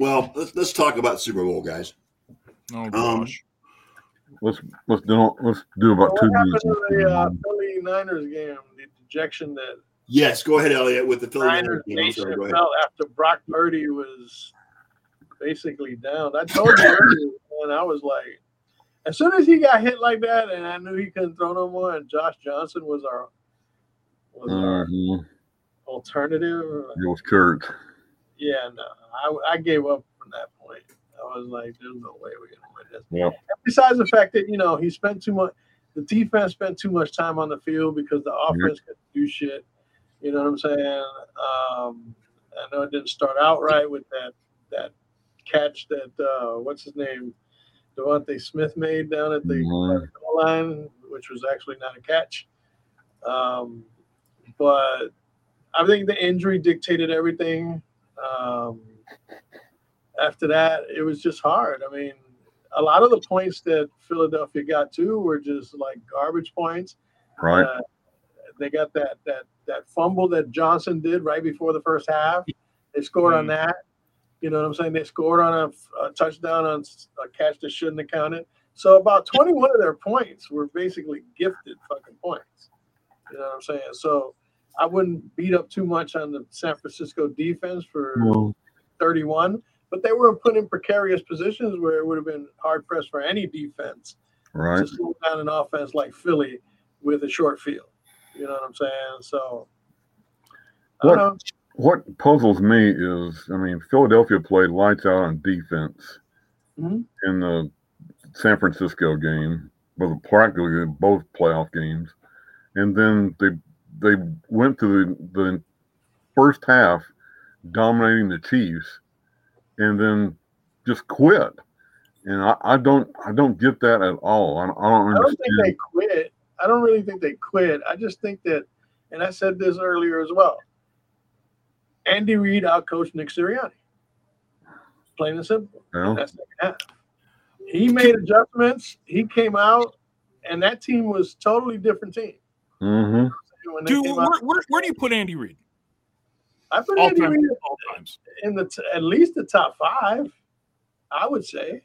B: Well, let's let's talk about Super Bowl, guys.
D: Um,
E: Oh gosh.
D: Let's let's do let's do about
C: what
D: two
C: happened
D: minutes.
C: to the uh, Philly Niners game? The dejection that
B: Yes, go ahead, Elliot, with the Philadelphia.
C: Niners
B: game. I'm sorry,
C: Nation
B: go ahead.
C: felt after Brock Purdy was basically down. I told you earlier, and I was like, as soon as he got hit like that, and I knew he couldn't throw no more, and Josh Johnson was our was our
D: Mhm.
C: alternative.
D: It was Kurt.
C: Yeah, no, I, I gave up from that point. I was like, there's no way we're gonna win this.
D: Yeah.
C: And besides the fact that you know he spent too much, the defense spent too much time on the field because the offense couldn't do shit. You know what I'm saying? Um, I know it didn't start out right with that that catch that uh, what's his name, Devontae Smith made down at the
D: Mhm.
C: goal line, which was actually not a catch. Um, but I think the injury dictated everything. Um, after that, it was just hard. I mean, a lot of the points that Philadelphia got too were just like garbage points.
D: Right.
C: Uh, they got that that that fumble that Johnson did right before the first half. They scored on that. You know what I'm saying? They scored on a f- a, touchdown on s- a catch that shouldn't have counted. So about 21 of their points were basically gifted fucking points. You know what I'm saying? So I wouldn't beat up too much on the San Francisco defense for 31, but they were put in precarious positions where it would have been hard pressed for any defense
D: Right.
C: to slow down an offense like Philly with a short field. You know what I'm saying? So, I
D: What-
C: don't know.
D: What puzzles me is, I mean, Philadelphia played lights out on defense
C: Mhm.
D: in the San Francisco game, well, practically both playoff games, and then they they went through the, the first half dominating the Chiefs, and then just quit. And I, I don't I don't get that at all. I, don't- I don't
C: I don't think
D: understand.
C: they quit. I don't really think they quit. I just think that, and I said this earlier as well. Andy Reid outcoached Nick Sirianni. Plain and simple.
D: you know?
C: That's second half. He made adjustments. He came out, and that team was totally different team.
D: Mhm.
C: When they
E: Dude,
C: came
E: where,
C: out,
E: where, where do you put Andy Reid?
C: I put
E: All
C: Andy
E: time,
C: Reid
E: all times.
C: in the t- at least the top five. I would say.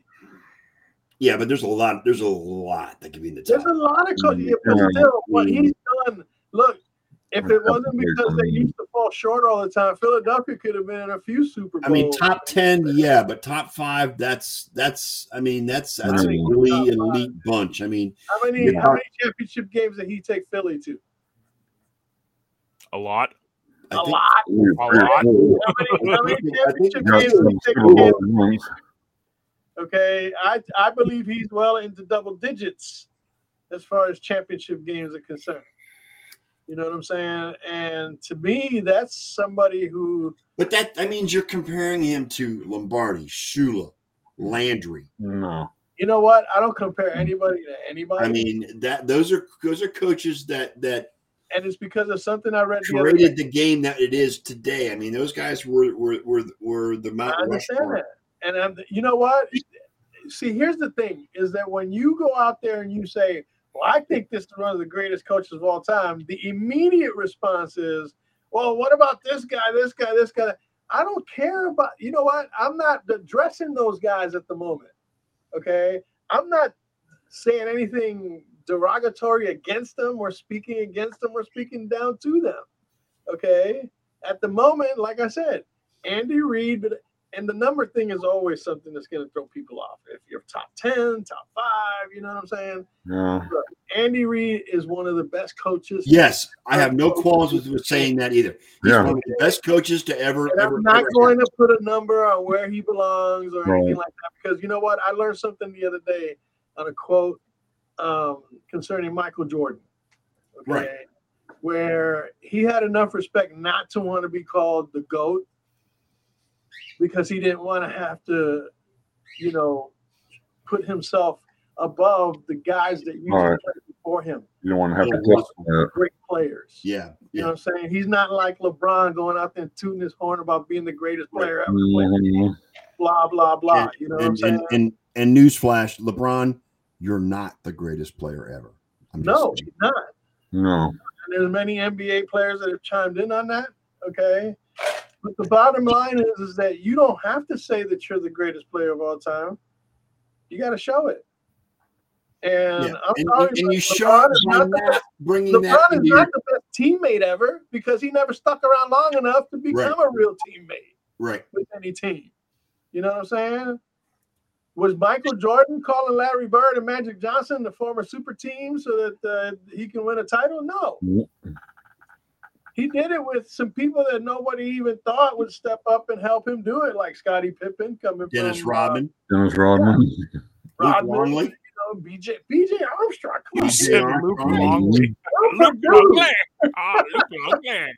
B: Yeah, but there's a lot. There's a lot that could be in the
C: There's
B: top.
C: a lot of coaches,
D: Yeah.
C: but still, what
B: Yeah.
C: he's done. Look, if it wasn't because they used to fall short all the time, Philadelphia could have been in a few Super
B: I
C: Bowls.
B: mean, top ten, yeah, but top five. That's that's. I mean, that's that's a
D: Right.
B: really
C: Top five.
B: elite bunch. I mean,
C: how many
B: yeah.
C: how many championship games did he take Philly to?
E: A lot.
B: I
C: A
B: think,
C: lot.
D: Three or
E: A
D: three or
E: lot.
D: four.
C: How many, how many
B: I think- I think
C: championship
D: Got
C: games did
D: some
C: he take
D: Super Bowl
C: Kansas?
D: wins.
C: Okay, I I believe he's well into double digits as far as championship games are concerned. You know what I'm saying? And to me, that's somebody who
B: but that that means you're comparing him to Lombardi, Shula, Landry.
D: No.
C: you know what? I don't compare anybody to anybody.
B: I mean, that those are those are coaches that that
C: and it's because of something I read the other day.
B: created the game that it is today. I mean, those guys were were were, were the Mount
C: I understand
B: Rushmore.
C: that. And I'm, you know what? See, here's the thing is that when you go out there and you say, Well, I think this is one of the greatest coaches of all time, the immediate response is, Well, what about this guy, this guy, this guy? I don't care about, you know what? I'm not addressing those guys at the moment. Okay. I'm not saying anything derogatory against them or speaking against them or speaking down to them. Okay. At the moment, like I said, Andy Reid, but and the number thing is always something that's going to throw people off. If you're top 10, top five, you know what I'm saying?
D: Yeah.
C: Andy Reid is one of the best coaches.
B: Yes, I have no qualms with, with saying that either. He's
D: Yeah.
B: one of the best coaches to ever.
C: And
B: ever
C: I'm not
B: ever
C: going to put a number on where he belongs or anything
D: Right.
C: like that because you know what? I learned something the other day on a quote um, concerning Michael Jordan. Okay.
B: Right.
C: Where he had enough respect not to want to be called the GOAT because he didn't want to have to, you know, put himself above the guys that usually
D: Right.
C: played before him,
D: You don't want to have to
B: Yeah.
D: test that.
C: great players.
B: Yeah,
C: You
B: yeah.
C: know what I'm saying? He's not like LeBron going out there and tooting his horn about being the greatest player ever. played.
D: Mhm.
C: Blah blah blah. you know what I'm
B: and,
C: saying?
B: and, and and newsflash, LeBron, you're not the greatest player ever. I'm just
C: no,
B: saying.
C: he's not.
D: No.
C: And there's many NBA players that have chimed in on that. Okay, But the bottom line is, is that you don't have to say that you're the greatest player of all time. You got to show it. And
B: Yeah,
C: I'm
B: And,
C: sorry,
B: and- and
C: but
B: you show
C: LeBron
B: it
C: is
B: by
C: not the
B: not
C: best-
B: bringing that
C: LeBron is
B: into
C: not
B: your,
C: the best teammate ever because he never stuck around long enough to become a real teammate
B: right.
C: with any team. You know what I'm saying? Was Michael Jordan calling Larry Bird and Magic Johnson the former super team so that uh, he can win a title? No.
D: Mm.
C: He did it with some people that nobody even thought would step up and help him do it, like Scottie Pippen coming
B: Dennis
C: from uh,
B: Rodman,
D: Dennis Rodman.
B: Luke
C: Rodman,
B: Longley.
C: you know, BJ, BJ Armstrong. Come on,
E: You said
B: Armstrong.
E: Luke Longley.
C: Will
E: Luke
C: Purdue.
E: Longley. Ah, Luke Longley.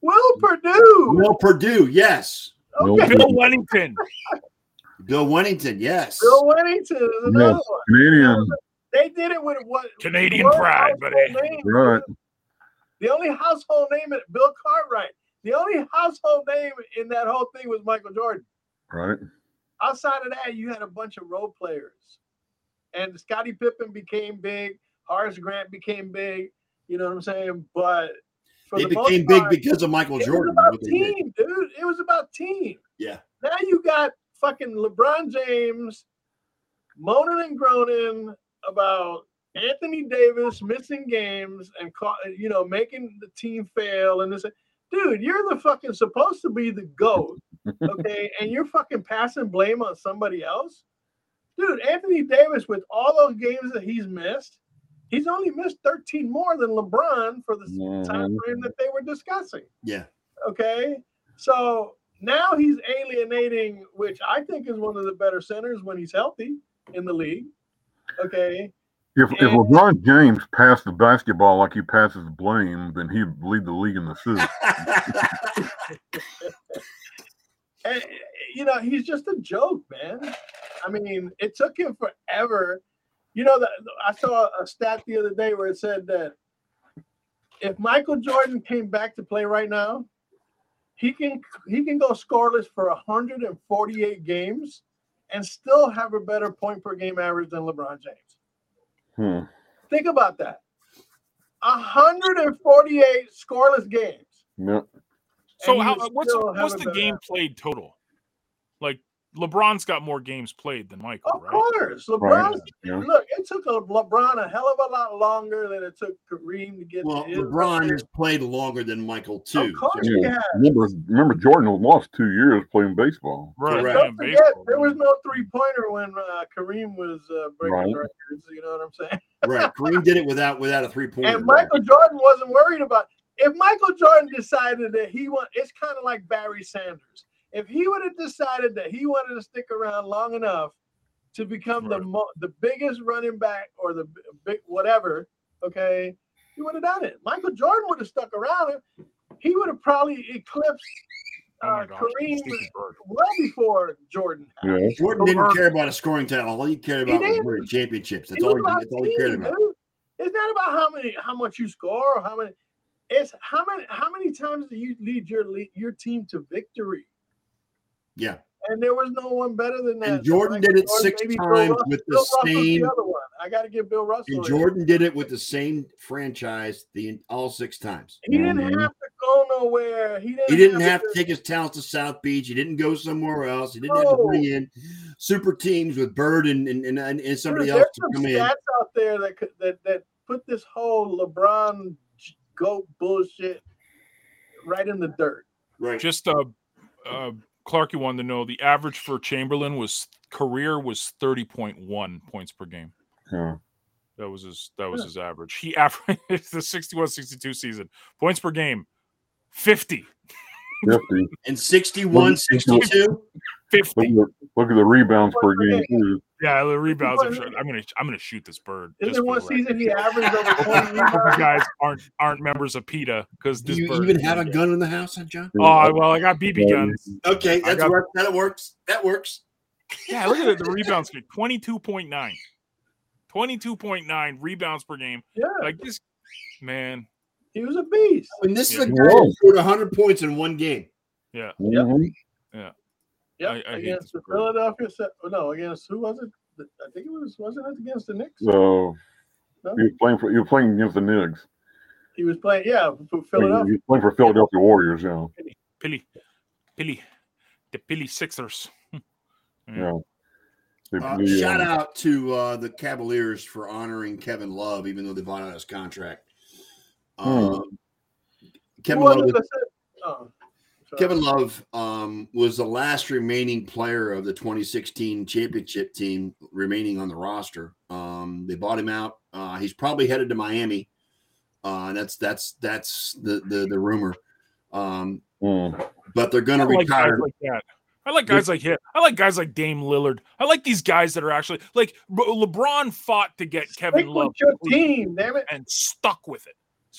C: Will Purdue.
B: Will Purdue, yes.
D: Will
C: Okay.
E: Bill Wellington.
B: Bill Wennington, yes.
C: Bill Wennington is another
D: Yes.
C: one.
D: Canadian.
C: They did it with what
E: Canadian
C: what
E: pride,
C: household
E: buddy.
C: name?
D: Right.
C: The only household name in Bill Cartwright. The only household name in that whole thing was Michael Jordan.
D: Right.
C: Outside of that, you had a bunch of role players. And Scottie Pippen became big. Horace Grant became big. You know what I'm saying? But for
B: they
C: the most
B: became big
C: part,
B: because of Michael
C: it
B: Jordan.
C: was
B: what
C: about
B: they did.
C: team, dude. It was about team.
B: Yeah.
C: Now you got fucking LeBron James moaning and groaning about Anthony Davis missing games and ca- you know making the team fail and this. Dude, you're the fucking supposed to be the goat, okay? and you're fucking passing blame on somebody else, dude. Anthony Davis, with all those games that he's missed, he's only missed 13 more than LeBron for the
B: Mm-hmm.
C: time
D: Mhm.
C: frame that they were discussing.
B: Yeah.
C: Okay. So now he's alienating, which I think is one of the better centers when he's healthy in the league. Okay.
D: If, if
C: And-
D: LeBron James passed the basketball like he passes blame, then he'd lead the league in assists.
C: And, you know, he's just a joke, man. I mean, it took him forever. You know, that I saw a stat the other day where it said that if Michael Jordan came back to play right now, he can he can go scoreless for 148 games and still have a better point per game average than LeBron James.
D: Hmm.
C: Think about that. 148 scoreless games.
D: Yep.
E: So
C: And
E: how,
C: you
E: what's
C: still
E: what's
C: haven't
E: the
C: done
E: game played total? Like LeBron's got more games played than Michael,
C: Of
E: right?
C: course.
D: Right.
C: LeBron.
D: Yeah.
C: Look, it took a LeBron a hell of a lot longer than it took Kareem to get
B: well,
C: to his
B: LeBron
C: record.
B: has played longer than Michael too.
C: Of course
B: So-
C: he
D: Yeah.
C: has.
D: Remember, remember, Jordan lost two years playing baseball.
E: Right.
B: Correct.
E: right.
C: Don't forget, there was no three pointer when uh, Kareem was uh,
D: Right.
C: breaking records. You know what I'm saying?
B: right. Kareem did it without without a three pointer.
C: And Michael Jordan wasn't worried about. If Michael Jordan decided that he want, it's kind of like Barry Sanders. If he would have decided that he wanted to stick around long enough to become the
E: Right.
C: mo- the biggest running back or the b- big whatever, okay, he would have done it. Michael Jordan would have stuck around. He would have probably eclipsed
E: Oh my
C: uh,
E: gosh,
C: Kareem
E: Stephen Bird.
C: well before Jordan.
D: Yeah.
B: Jordan didn't
E: Jordan-
B: care about a scoring title. All he cared about was
C: didn't.
B: winning championships. That's
C: It's
B: all he,
C: about
B: that's all he cared
C: team,
B: about.
C: dude. It's not about how many how much you score or how many it's how many how many times do you lead your le- your team to victory?
B: Yeah.
C: And there was no one better than that.
B: And Jordan
C: Michael
B: did it six
C: maybe Bill
B: times
C: Russell-
B: with
C: Bill
B: the
C: Russell's
B: same
C: other one. I got to give Bill Russell.
B: and
C: it.
B: Jordan did it with the same franchise the all six times.
C: He didn't
D: Mhm.
C: have to go nowhere. He didn't.
B: He didn't have to take his talents to South Beach. He didn't go somewhere else. He didn't have to bring in super teams with Bird and and, and, and and somebody
C: Dude,
B: else to
C: There's some
B: come in.
C: stats out there that could, that that put this whole LeBron j- goat bullshit right in the dirt.
B: Right.
E: Just uh, uh, Clark, you wanted to know the average for Chamberlain was career was thirty point one points per game.
D: yeah.
E: That was his. That was his average. He averaged the 61-62 season points per game, 50.
D: 50.
B: and 61, 62.
E: 50.
D: Look at the, look at the rebounds per game, too.
E: Yeah, the rebounds. I'm,
C: Isn't
E: sure. I'm gonna. I'm gonna shoot this bird.
C: Isn't there
E: just for
C: one
E: the record.
C: season he averaged over 20
E: Hope you
C: rebounds?
E: guys aren't aren't members of PETA because
B: Do
E: this
B: you
E: bird
B: even
E: is
B: have a
E: gonna
B: gun in the house, huh, John?
E: get- Oh well, I got BB guns.
B: Okay,
E: I
B: that's
E: got-
B: work. That works. That works.
E: Yeah, look at it. The rebounds get 22.9. 22.9 rebounds per game.
C: Yeah,
E: Like this man.
C: he was a beast.
B: And this is a
E: Yeah.
B: guy that scored 100 points in one game.
D: Mhm.
C: Yep,
E: I- I hate
C: against
E: this
C: the
E: bird.
C: Philadelphia. Se- No, against who was it? The- I think it was wasn't it against the Knicks?
D: So
C: No?
D: he was playing for he was playing against the Knicks.
C: He was playing. Yeah, for
D: He
C: Philadelphia.
D: was playing for Philadelphia Warriors, yeah.
E: Pilly. Philly, the Philly Sixers.
D: Yeah. The-
B: Uh,
D: the,
B: shout
D: um,
B: out to uh, the Cavaliers for honoring Kevin Love, even though they bought out his contract. Um, Kevin
C: Who was
B: Love
C: it
B: was
C: that said- oh, sorry.
B: Kevin Love um, was the last remaining player of the 2016 championship team remaining on the roster. Um, they bought him out. Uh, he's probably headed to Miami. Uh, that's that's that's the the, the rumor. Um,
D: mm.
B: but they're going
E: I
B: to
E: like guys
B: retire.
E: like that. I like guys like him. I like guys like Dame Lillard. I like these guys that are actually like Le- LeBron fought to get Kevin
C: Stick
E: Love
C: with your team, damn it.
E: and stuck with it.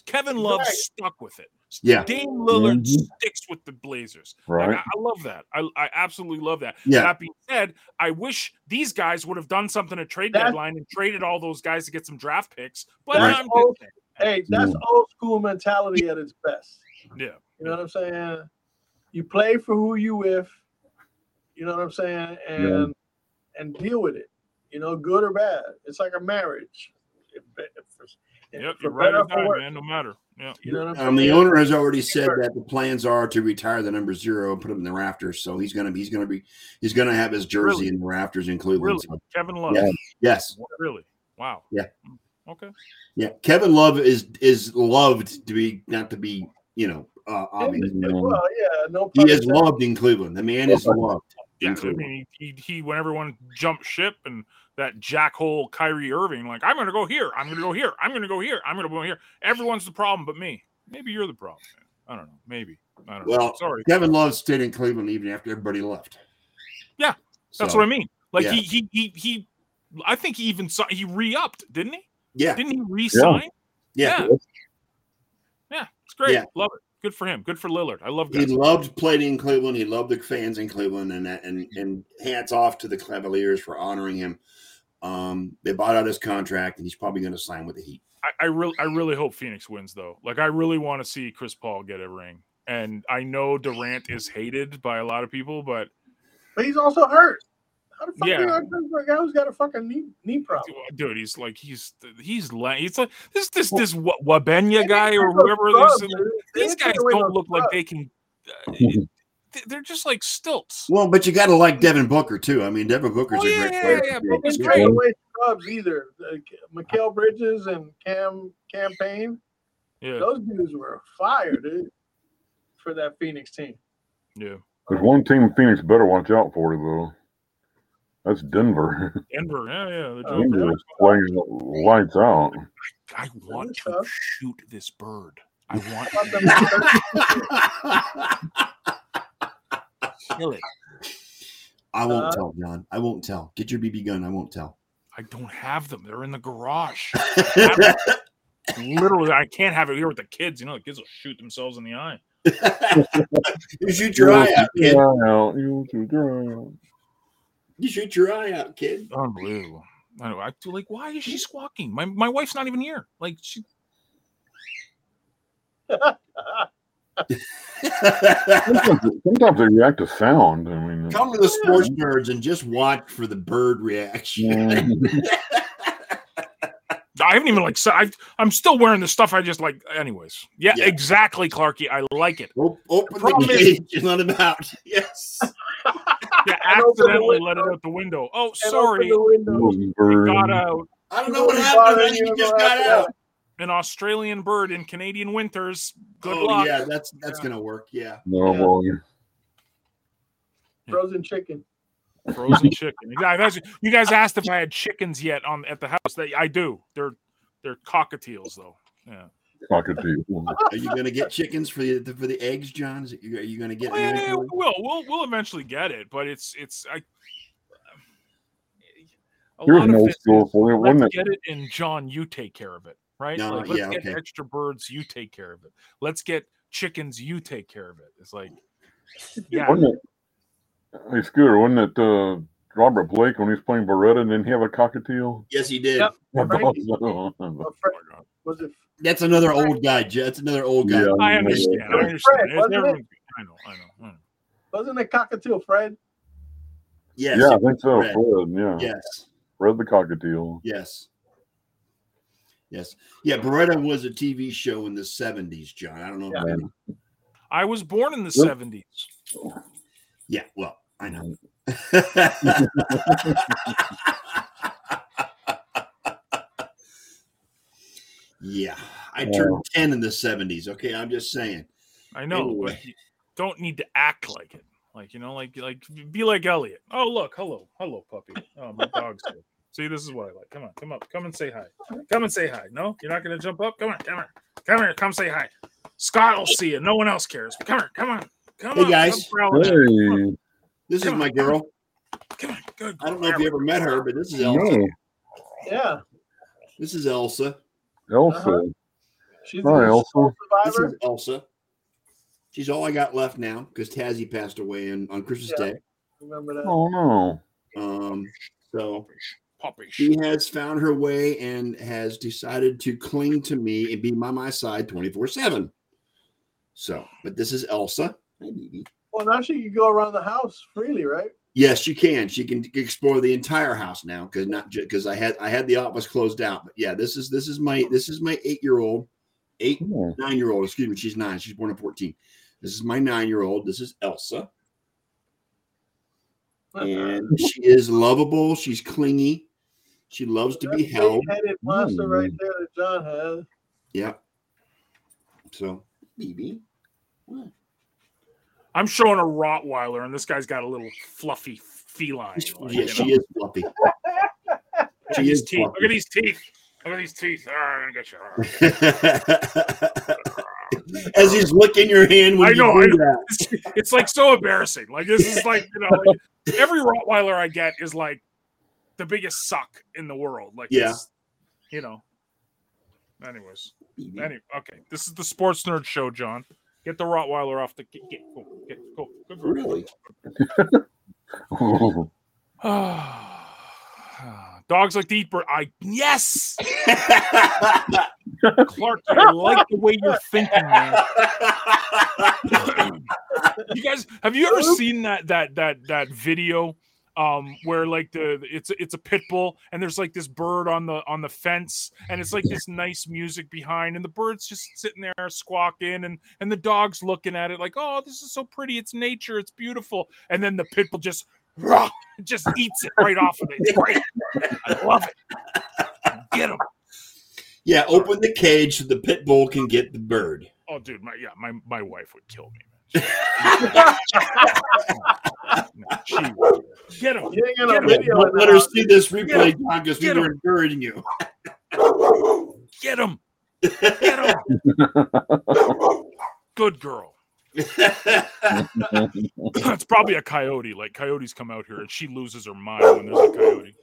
E: Kevin Love
C: Right.
E: stuck with it.
B: Yeah. Mm-hmm.
E: Dame Lillard
D: Mhm.
E: sticks with the Blazers. Like,
D: Right.
E: I, I love that. I, I absolutely love that.
B: Yeah,
E: That being said, I wish these guys would have done something at trade
C: That's-
E: deadline and traded all those guys to get some draft picks. But
C: That's
E: I'm
C: all-
E: good.
B: Mm.
C: Hey, that's old school mentality at its best.
E: Yeah.
C: You know what I'm saying? You play for who you with. You know what I'm saying? And and deal with it. You know, good or bad. It's like a marriage. If, if, if
E: Yep,
C: for
E: you're right
C: better
E: or
C: or for
E: die,
C: worse.
E: man. No matter. Yeah.
C: You know what I'm
B: um, the
C: saying?
B: owner has already said that the plans are to retire the number zero and put him in the rafters. So he's going to he's going to be he's going to have his jersey
E: Really?
B: in the rafters in Cleveland.
E: Really?
B: So,
E: Kevin Love.
B: Yeah. yes.
E: Really? Wow. Hmm.
B: Yeah.
E: Okay.
B: Yeah, Kevin Love is is loved to be not to be you know uh, obvious.
C: And- well, yeah, no
B: He
C: pun
B: is
C: intended.
B: loved in Cleveland. The man is loved
E: Yeah.
B: in
E: I
B: Cleveland.
E: mean, he, he, he- when everyone jumped ship and that jackhole Kyrie Irving, like, I'm going to go here. I'm going to go here. I'm going to go here. I'm going to go here. Everyone's the problem but me. Maybe you're the problem, man. I don't know. Maybe. I don't know.
B: Well,
E: Sorry.
B: Kevin Love stayed in Cleveland even after everybody left.
E: Yeah, That's
B: So,
E: what I mean. Like,
B: yeah.
E: he, he, he, he, I think he even, saw, he re upped, didn't he?
B: Yeah,
E: Didn't he re-sign?
B: yeah.
E: Yeah. Yeah, it's great.
B: Yeah.
E: Love it. Good for him. Good for Lillard. I love
B: He
E: guys.
B: loved playing in Cleveland. He loved the fans in Cleveland, and that- and and hats off to the Cavaliers for honoring him. Um, they bought out his contract, and he's probably going to sign with the Heat.
E: I, I really, I really hope Phoenix wins though. Like, I really want to see Chris Paul get a ring. And I know Durant is hated by a lot of people, but
C: But he's also hurt. How the fuck
E: Yeah.
C: you hurt for a guy who's got a fucking knee knee problem?
E: dude, he's like, he's he's la- he's like this this this Wa- Wabenya guy or whoever.
C: Drugs,
E: This,
C: dude. They
E: these
C: take
E: guys
C: away
E: don't
C: those
E: look like
C: drugs.
E: they can. uh, They're just like stilts.
B: Well, but you got to like Devin Booker too. I mean, Devin Booker's
E: Oh,
B: a
E: yeah,
B: great
E: yeah,
B: player.
E: yeah,
B: for
E: Booker's
B: the
C: They
B: Heat.
E: great.
C: take away scrubs either. Like Mikael Bridges and Cam campaign.
E: Yeah,
C: Those dudes were fired, dude, for that Phoenix team.
E: yeah.
D: There's one team in Phoenix better watch out for though. That's Denver.
E: Denver. Yeah, yeah. the
C: Oh,
E: Joker.
D: Denver is playing lights out.
E: I want
C: Denver's
E: to
C: tough.
E: shoot this bird. I want
C: How about
E: to
C: them Celtics?
E: kill it.
B: I won't
C: Uh,
B: tell, John. I won't tell. Get your BB gun. I won't tell.
E: I don't have them. They're in the garage. Literally, I can't have it here with the kids. You know, the kids will shoot themselves in the eye.
B: you shoot your eye out,
D: Get
B: kid.
D: out. You shoot your eye out.
B: You shoot your eye out, kid.
E: Unbelievable. I know. I feel like, why is she squawking? My my wife's not even here. Like she.
D: Sometimes, sometimes they react to sound. I mean,
B: Come to the sports nerds and just watch for the bird reaction.
D: mm,
E: I haven't even like. So I I'm still wearing the stuff I just like. Anyways, yeah,
B: Yeah.
E: exactly, Clarky. I like it.
B: O- Open the
E: Problem
B: gate. You let him out. Yes.
E: Yeah,
C: And open the
E: accidentally let it
C: window.
E: out the window. Oh,
C: And
E: sorry,
C: open the window.
D: those
E: it
D: birds.
E: got out.
B: I don't
C: You
B: know what
C: wouldn't
B: happened.
C: bother
B: I think
C: you
B: he just
C: if I
B: got
C: had
B: out.
E: An Australian bird in Canadian winters. Good
B: oh,
E: luck.
B: yeah, that's that's
E: Yeah.
B: gonna work. Yeah.
D: No,
C: Yeah.
D: boy.
C: Frozen chicken.
E: frozen chicken. Yeah, I've asked- you guys asked if I had chickens yet on at the house. They, I do. They're they're cockatiels though. Yeah.
D: Cockatoo.
B: Are you gonna get chickens for the for the eggs, John? Is it, are you gonna get?
E: Well, yeah,
B: an egg?
E: yeah, we will. We'll we'll eventually get it, but it's it's I. A
D: Here's
E: lot
D: an
E: of
D: old
E: this
D: school
E: is,
D: for you,
E: let's
D: wasn't it?
E: get it, and John, you take care of it, right?
B: No,
E: like, let's
B: yeah,
E: get
B: okay.
E: extra birds, you take care of it. Let's get chickens, you take care of it. It's like, yeah,
D: Wasn't it? Hey, Scooter, wasn't it uh, Robert Blake when he was playing Beretta and didn't he have a cockatiel? uh,
B: Yes, he did.
C: Yep.
D: I
C: Or Fre-
E: Oh my God.
C: Was it
B: That's another old guy. J- That's another old guy.
E: I understand. I understand.
C: Fred,
E: It's
C: wasn't it?
E: everyone's- I know. I know. I know.
C: wasn't it cockatiel, Fred?
B: Yes.
D: uh, Yeah, I think so.
B: Fred.
D: Fred, yeah.
B: Yes.
D: Fred the cockatiel.
B: Yes. Yes. Yeah, Beretta was a TV show in the 70s, John. I don't know. if
D: Yeah.
B: you know.
E: I was born in the
D: Yep.
E: seventies.
B: Yeah, well, I know. yeah, I turned 10 in the 70s. Okay, I'm just saying.
E: I know,
B: Anyway.
E: but you don't need to act like it. Like you know, like like be like Elliot. Oh look, hello, hello, puppy. Oh my dog's here. See, this is what I like. Come on, come up, come and say hi. Come and say hi. No, you're not gonna jump up. Come on, come here, come here, come say hi. Scott will see you. No one else cares. Come on, come on, come
B: Hey,
E: on.
B: guys.
E: come growl at me.
D: Hey,
B: This is my girl.
E: Come on, good.
B: I don't know if you ever met her, but this is Elsa.
D: no,
C: Yeah.
B: This is Elsa.
D: Elsa.
C: She's
D: Hi,
C: a
D: Elsa.
B: This
C: survivor.
B: is Elsa. She's all I got left now because Tazzy passed away in, on Christmas
C: Yeah.
B: Day.
C: Remember that?
D: Oh no.
B: Um, so
E: Puppy.
B: she has found her way and has decided to cling to me and be by my side 24 7. So, but this is Elsa. Hi, baby.
C: Well, now she can go around the house freely, right?
B: Yes, she can. She can explore the entire house now because not because I had I had the office closed out. But yeah, this is this is my this is my eight year old, eight
D: Oh,
B: nine year old. Excuse me, she's nine. She's born in fourteen. This is my nine year old. This is Elsa,
C: Uh-huh.
B: and she is lovable. She's clingy. She loves to be held.
C: Headed monster right there that John has.
B: Yeah. So, BB. What?
E: I'm showing a Rottweiler, and this guy's got a little fluffy feline. like,
B: Yeah,
E: you
B: she
E: know.
B: is fluffy.
E: Look at
B: She
E: these
B: is
E: teeth. Look at
B: fluffy.
E: these teeth. Look at these teeth. Ah, I'm gonna get you. Ah.
B: As he's licking your hand when
E: I
B: you
E: know,
B: do
E: I know.
B: that.
E: it's, it's like so embarrassing. Like this is like you know like, every Rottweiler I get is like the biggest suck in the world. Like
B: Yeah.
E: it's, you know. Anyways,
B: BB.
E: any okay. This is the sports nerd show, John. Get the Rottweiler off the get, get go get go. Good girl.
B: Really?
E: Dogs like to eat bird. I yes, Clark. I like the way you're thinking, man. you guys have you ever seen that that that that video um where like the it's it's a pit bull and there's like this bird on the on the fence and it's like this nice music behind and the bird's just sitting there squawking and and the dog's looking at it like oh this is so pretty it's nature it's beautiful and then the pit bull just rah, just eats it right off of it it's great i love it get him
B: yeah, open the cage so the pit bull can get the bird.
E: oh dude my yeah my my wife would kill me No, she would. get him
C: Getting in a
E: Get him.
C: video.
B: Don't
C: in the
B: let her
C: house.
B: see this
E: Get
B: replay,
E: him.
B: John, because we
E: Get
B: were
E: him.
B: encouraging you.
E: Get him. Get him. Good girl. it's probably a coyote. Like coyotes come out here and she loses her mind when there's a coyote.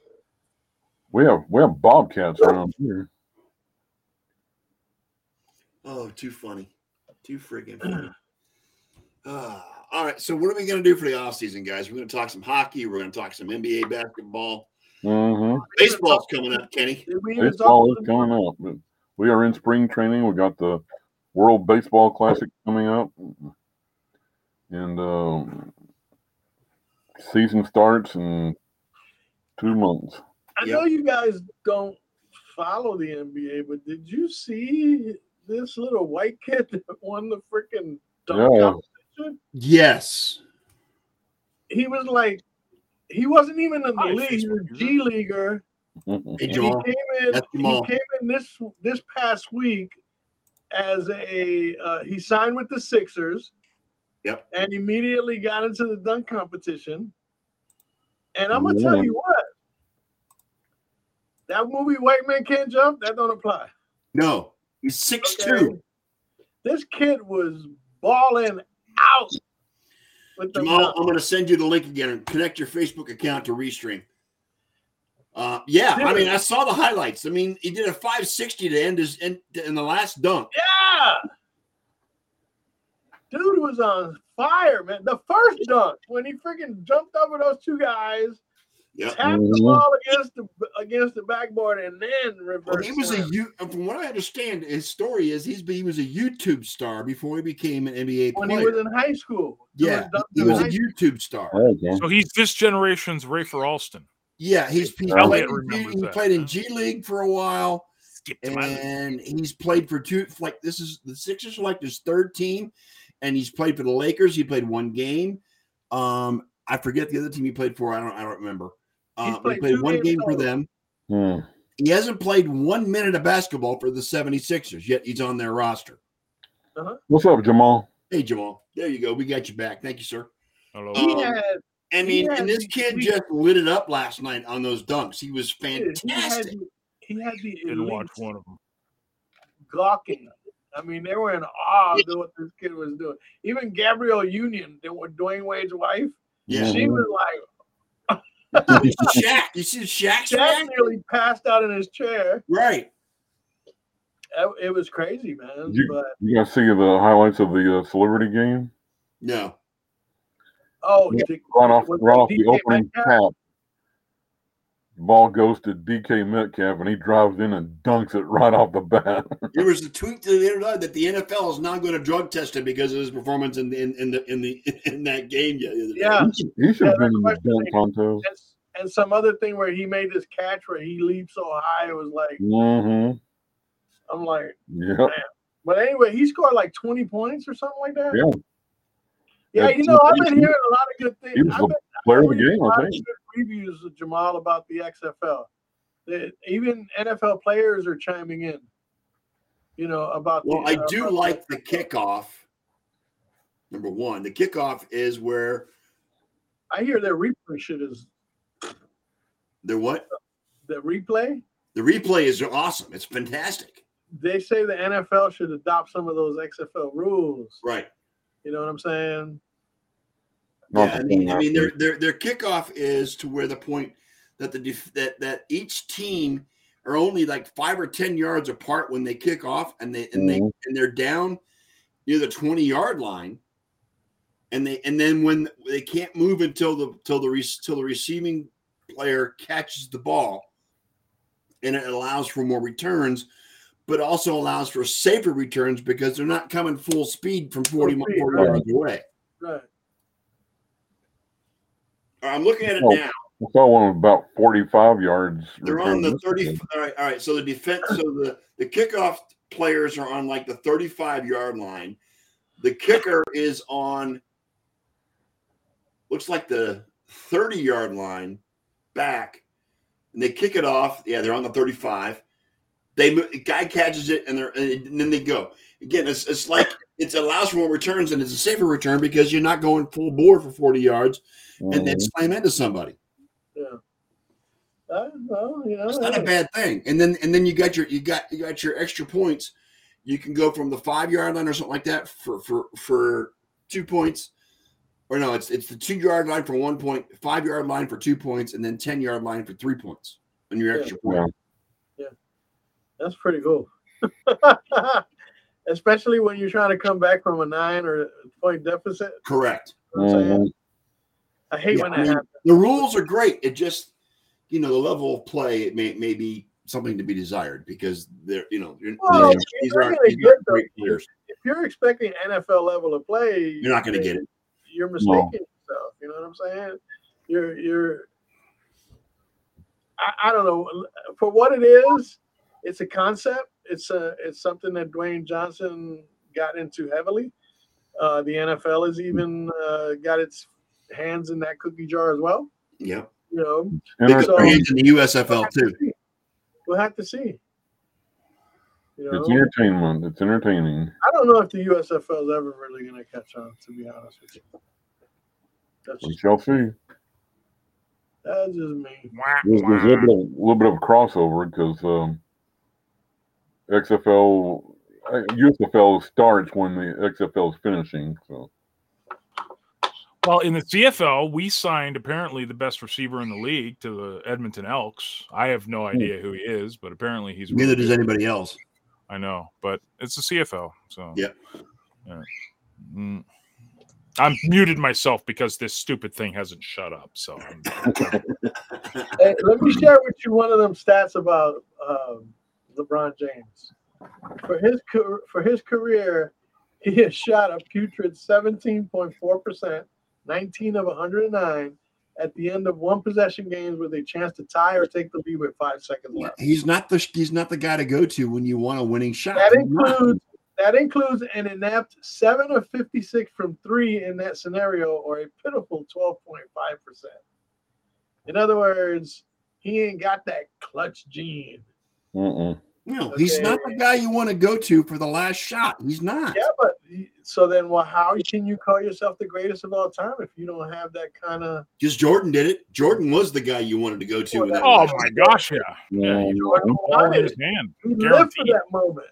D: we have we have bobcats around here.
B: oh, too funny. Too friggin' funny. Ah, all right, so what are we going to do for the offseason, guys? We're going to talk some hockey. We're going to talk some NBA basketball.
D: Mm-hmm.
B: Baseball's coming up, Kenny.
C: Did we even
D: Baseball
C: talk
D: is
C: to them?
D: coming up. but We are in spring training. We got the World Baseball Classic coming up, and um, season starts in two months.
C: I
B: Yeah.
C: know you guys don't follow the NBA, but did you see this little white kid that won the freaking dunk
D: Yeah.
C: competition?
B: Yes.
C: He was like, he wasn't even in the
E: Hi,
C: league. He was
E: Facebook
C: a G leaguer.
B: Hey,
C: And he
B: John.
C: came in.
B: That's
C: He
B: Jamal.
C: came in this this past week as a uh, he signed with the Sixers.
B: Yep.
C: And immediately got into the dunk competition. And I'm gonna
D: Yeah.
C: tell you what. That movie White Man Can't Jump, that don't apply.
B: No, he's six
C: Okay?
B: two.
C: This kid was balling out with the
B: Jamal,
C: dunk.
B: I'm going to send you the link again and connect your Facebook account to Restream. Uh, yeah, I mean, I saw the highlights. I mean, he did a 560 to end his in, in the last dunk.
C: Yeah. Dude was on fire, man. The first dunk when he freaking jumped over those two guys,
B: Yeah,
C: tapped the
D: Mhm.
C: ball against the against the backboard, and then
B: well,
C: reversed.
B: he was a
C: slam.
B: U. From what I understand, his story is he's he was a YouTube star before he became an NBA
C: when
B: player.
C: he was in high school. Doing
B: yeah,
C: dunks
B: he
C: in
B: was a
C: high-
B: YouTube star.
D: Okay.
E: So he's this generation's Rafer Alston.
B: Yeah, he's he played,
D: Elliot
B: in G-
E: remembers
B: he
E: that,
B: played in
E: huh?
B: G League for a while.
E: Skip to my
B: and he's played for two. Like this is the Sixers are like his third team, and he's played for the Lakers. He played one game. Um, I forget the other team he played for. I don't. I don't remember. Uh,
C: He's
B: but he
C: played
B: played
C: two
B: one
C: games
B: game for
C: total.
B: them.
D: Hmm.
B: He hasn't played one minute of basketball for the 76ers, yet he's on their roster.
D: What's up, Jamal?
B: Hey, Jamal. There you go. We got you back. Thank you, sir.
E: Hello.
C: He
B: Um,
C: had
B: I
C: He
B: mean,
C: had
B: and this
C: the
B: kid
C: sweet-
B: just lit it up last night on those dunks. He was
C: he had
B: fantastic.
C: the, he had the
E: Didn't watch
C: elite
E: one of them.
C: gawking. I mean, they were in awe of what this kid was doing. Even Gabrielle Union, that was Dwayne Wade's wife,
B: Yeah.
C: she was like,
B: Shaq. You see Shaq's
C: Shaq
B: reaction?
C: nearly passed out in his chair.
B: Right.
C: It, it was crazy, man.
D: You-
C: but
D: You guys see the highlights of the uh, celebrity game?
B: No.
C: oh,
D: Yeah.
C: Dick-
D: Right off,
C: was
D: right
C: that
D: off the
C: DK
D: opening
C: Metcalf?
D: tap. Ball goes to DK Metcalf, and he drives in and dunks it right off the bat.
B: There was a tweet to the other day that the NFL is not going to drug test him because of his performance in the in, in the in the in that game. the other day.
C: Yeah.
D: he should have
C: Yeah,
D: been in the
C: that's
D: dunk contest.
C: And, and some other thing where he made this catch where he leaped so high, it was like,
D: Mm-hmm.
C: I'm like,
D: Yep.
C: but anyway, he scored like 20 points or something like that.
D: Yeah.
C: Yeah,
D: Yeah,
C: you know, I've
D: he-
C: been hearing a lot of good things.
D: he was
C: I've
D: the
C: been-
D: Player of the
C: I've been
D: game,
C: reading a
D: I
C: lot of
D: think.
C: good Reviews of Jamal about the XFL. That even NFL players are chiming in. You know about.
B: Well,
C: the,
B: I
C: uh,
B: do like the kickoff. Number one, the kickoff is where
C: I hear their replay shit is
B: the what
C: the replay.
B: the replay is awesome. It's fantastic.
C: They say the NFL should adopt some of those XFL rules.
B: Right.
C: You know what I'm saying?
D: Not
B: yeah, I
D: the
B: mean,
D: thing
B: I mean,
D: after.
B: their their their kickoff is to where the point that the def- that that each team are only like five or ten yards apart when they kick off, and they and they
D: Mhm.
B: and they're down near the twenty yard line, and they and then when they can't move until the till the re- till the receiving player catches the ball, and it allows for more returns. But also allows for safer returns because they're not coming full speed from 40, mi-
C: speed,
B: 40
D: right.
B: yards away.
C: Right.
B: I'm looking at it
D: Oh.
B: now.
D: I saw one about 45 yards.
B: They're
D: return
B: on the
D: yesterday.
B: 30. All right, all right. So the defense, so the the kickoff players are on like the 35 yard line. The kicker is on looks like the 30 yard line back, and they kick it off. Yeah, they're on the 35. They mo- the guy catches it, and they're and then they go again. It's it's like it allows for more returns, and it's a safer return because you're not going full bore for 40 yards and then
D: Mhm.
B: slam into somebody.
C: Uh, well, you know,
B: That's not a
C: hey.
B: bad thing. And then and then you got your you got you got your extra points. You can go from the five yard line or something like that for for for two points. Or no, it's it's the two yard line for one point, five yard line for two points, and then ten yard line for three points on your
C: Yeah.
B: extra point.
C: That's pretty cool. Especially when you're trying to come back from a nine or point deficit.
B: Correct.
C: You know what I'm saying?
D: Mhm.
C: I
B: Mm-hmm.
C: hate
B: Yeah,
C: when
B: I
C: that
B: mean,
C: happens.
B: the rules are great. It just you know the level of play it may may be something to be desired because they're you know you're,
C: Well,
B: these,
C: you're
B: these
C: not
B: aren't,
C: gonna
B: these aren't
C: get
B: great
C: those.
B: players.
C: If you're expecting NFL level of play,
B: You're not going to get it.
C: You're mistaking yourself. You know what I'm saying? You're you're. I, I don't know. For what it is, it's a concept. It's a it's something that Dwayne Johnson got into heavily. Uh, the NFL has even uh, got its hands in that cookie jar as well.
B: Yeah,
C: You know,
D: And
B: they
D: I
B: got
C: so-
B: their
D: think
B: hands in the USFL too.
C: We'll have to see. You
D: it's
C: know,
D: entertainment. It's entertaining.
C: I don't know if the USFL is ever really going to catch on. To be honest with you, that's
D: We
C: just,
D: shall see.
C: that's just me.
E: Wah,
D: There's, there's a
E: wah.
D: little bit of, little bit of crossover because um, XFL, uh, USFL starts when the XFL is finishing. So
E: Well, in the CFL, we signed apparently the best receiver in the league to the Edmonton Elks. I have no idea who he is, but apparently he's.
B: Hmm. Neither
E: really
B: does
E: good.
B: anybody else.
E: I know, but it's the CFL, so
B: Yeah.
E: Yeah. Mm. I'm muted myself because this stupid thing hasn't shut up. So I'm,
C: Hey, let me share with you one of them stats about um, LeBron James. For his car- for his career, he has shot a putrid 17.4%, 19 of 109 at the end of one possession games with a chance to tie or take the lead with five seconds left.
B: He's not the he's not the guy to go to when you want a winning shot.
C: That includes That includes an inept 7 of 56 from 3 in that scenario, or a pitiful 12.5%. In other words, he ain't got that clutch gene.
D: Mm-mm.
B: No, he's
C: Okay.
B: not the guy you want to go to for the last shot. He's not.
C: Yeah, but so then, well, how can you call yourself the greatest of all time if you don't have that kind of.
B: Because Jordan did it. Jordan was the guy you wanted to go to. in that
E: Oh
B: last-
E: my gosh, yeah. Yeah, you
C: Jordan
E: All in
C: wanted
E: his
C: it.
E: hand.
C: He lived for
E: Guaranteed.
C: that moment.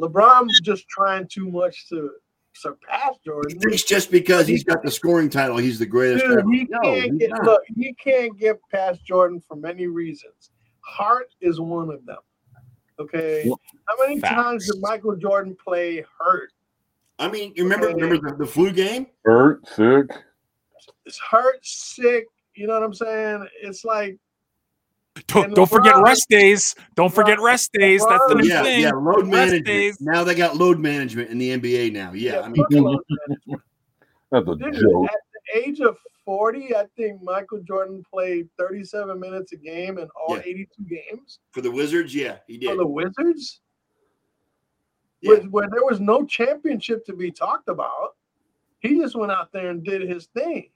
C: LeBron was just trying too much to surpass
B: He
C: Jordan.
B: thinks just because he's got the scoring title, he's the greatest.
C: Dude,
B: ever.
C: he
B: No,
C: can't
B: he's
C: get
B: not.
C: look, he can't get past Jordan for many reasons. Heart is one of them. Okay.
D: Well,
C: How many times did Michael Jordan play hurt?
B: I mean, you remember
C: Okay.
B: remember the, the flu game?
D: Hurt, sick.
C: It's hurt, sick. You know what I'm saying? It's like
E: Don't,
C: And
E: don't forget
C: LeBron-
E: rest days. Don't forget
C: LeBron-
E: rest days. That's the
C: LeBron-
E: new
B: Yeah,
E: thing.
B: yeah. Load
E: Rest
B: management.
E: days.
B: Now they got load management in the NBA now. Yeah, I mean,
C: fuck Los Angeles.
D: That's a
C: Dude,
D: joke.
C: at the age of 40, I think Michael Jordan played 37 minutes a game in all
B: Yeah.
C: 82 games
B: for the Wizards, yeah, he
C: for
B: did.
C: the Wizards.
B: Yeah.
C: Where, where there was no championship to be talked about. He just went out there and did his thing.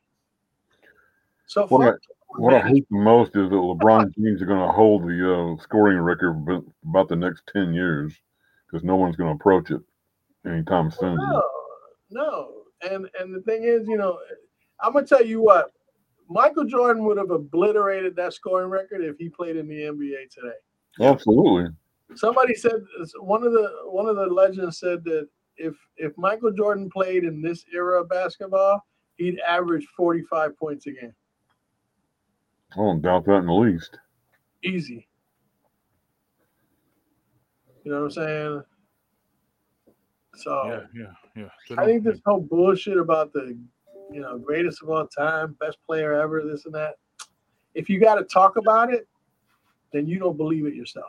C: So
D: What
C: fuck
D: What I hate the most is that LeBron James are going to hold the uh, scoring record for about the next 10 years because no one's going to approach it anytime soon.
E: Oh,
C: No, no. And and the thing is, you know, I'm gonna tell you what, Michael Jordan would have obliterated that scoring record if he played in the NBA today.
D: Absolutely.
C: Somebody said one of the one of the legends said that if if Michael Jordan played in this era of basketball, he'd average 45 points a game.
D: I don't doubt that in the least.
C: Easy. You know what I'm saying? So
E: Yeah, yeah, yeah. They
C: I
E: don't-
C: think this whole bullshit about the you know greatest of all time, best player ever, this and that. If you got to talk about it, then you don't believe it yourself.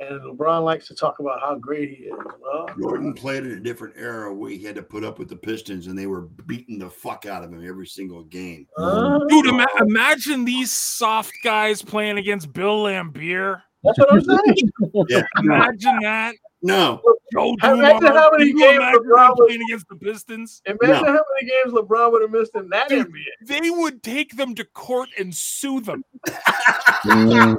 C: And LeBron likes to talk about how great he is. Well,
B: Jordan played in a different era where he had to put up with the Pistons, and they were beating the fuck out of him every single game.
C: uh,
E: Dude, ima- imagine these soft guys playing against Bill Lambier.
C: that's what I'm saying.
B: Yeah, no,
E: Imagine that.
B: no,
E: Joe
C: Imagine
E: Dumars.
C: how many
E: Can you
C: games
E: imagine them
C: LeBron was-
E: playing against the Pistons.
C: Imagine how many games LeBron would have missed in that
E: Dude.
C: NBA.
E: They would take them to court and sue them.
D: Mhm.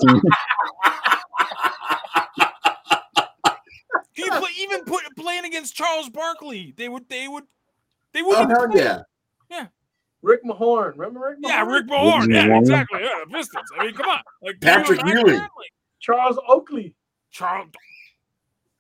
E: Can you play, even put playing against Charles Barkley? They would. They would. They
B: oh
E: wouldn't.
B: hell
E: even play.
B: yeah,
C: Rick Mahorn, remember Rick?
E: Yeah,
C: Mahorn?
E: Rick Mahorn. Yeah,
D: Mahorn.
E: exactly. Yeah, the Pistons. I mean, come on. Like can you
B: Patrick
E: imagine
B: Ewing.
E: that? Like,
C: Charles Oakley.
E: Charles.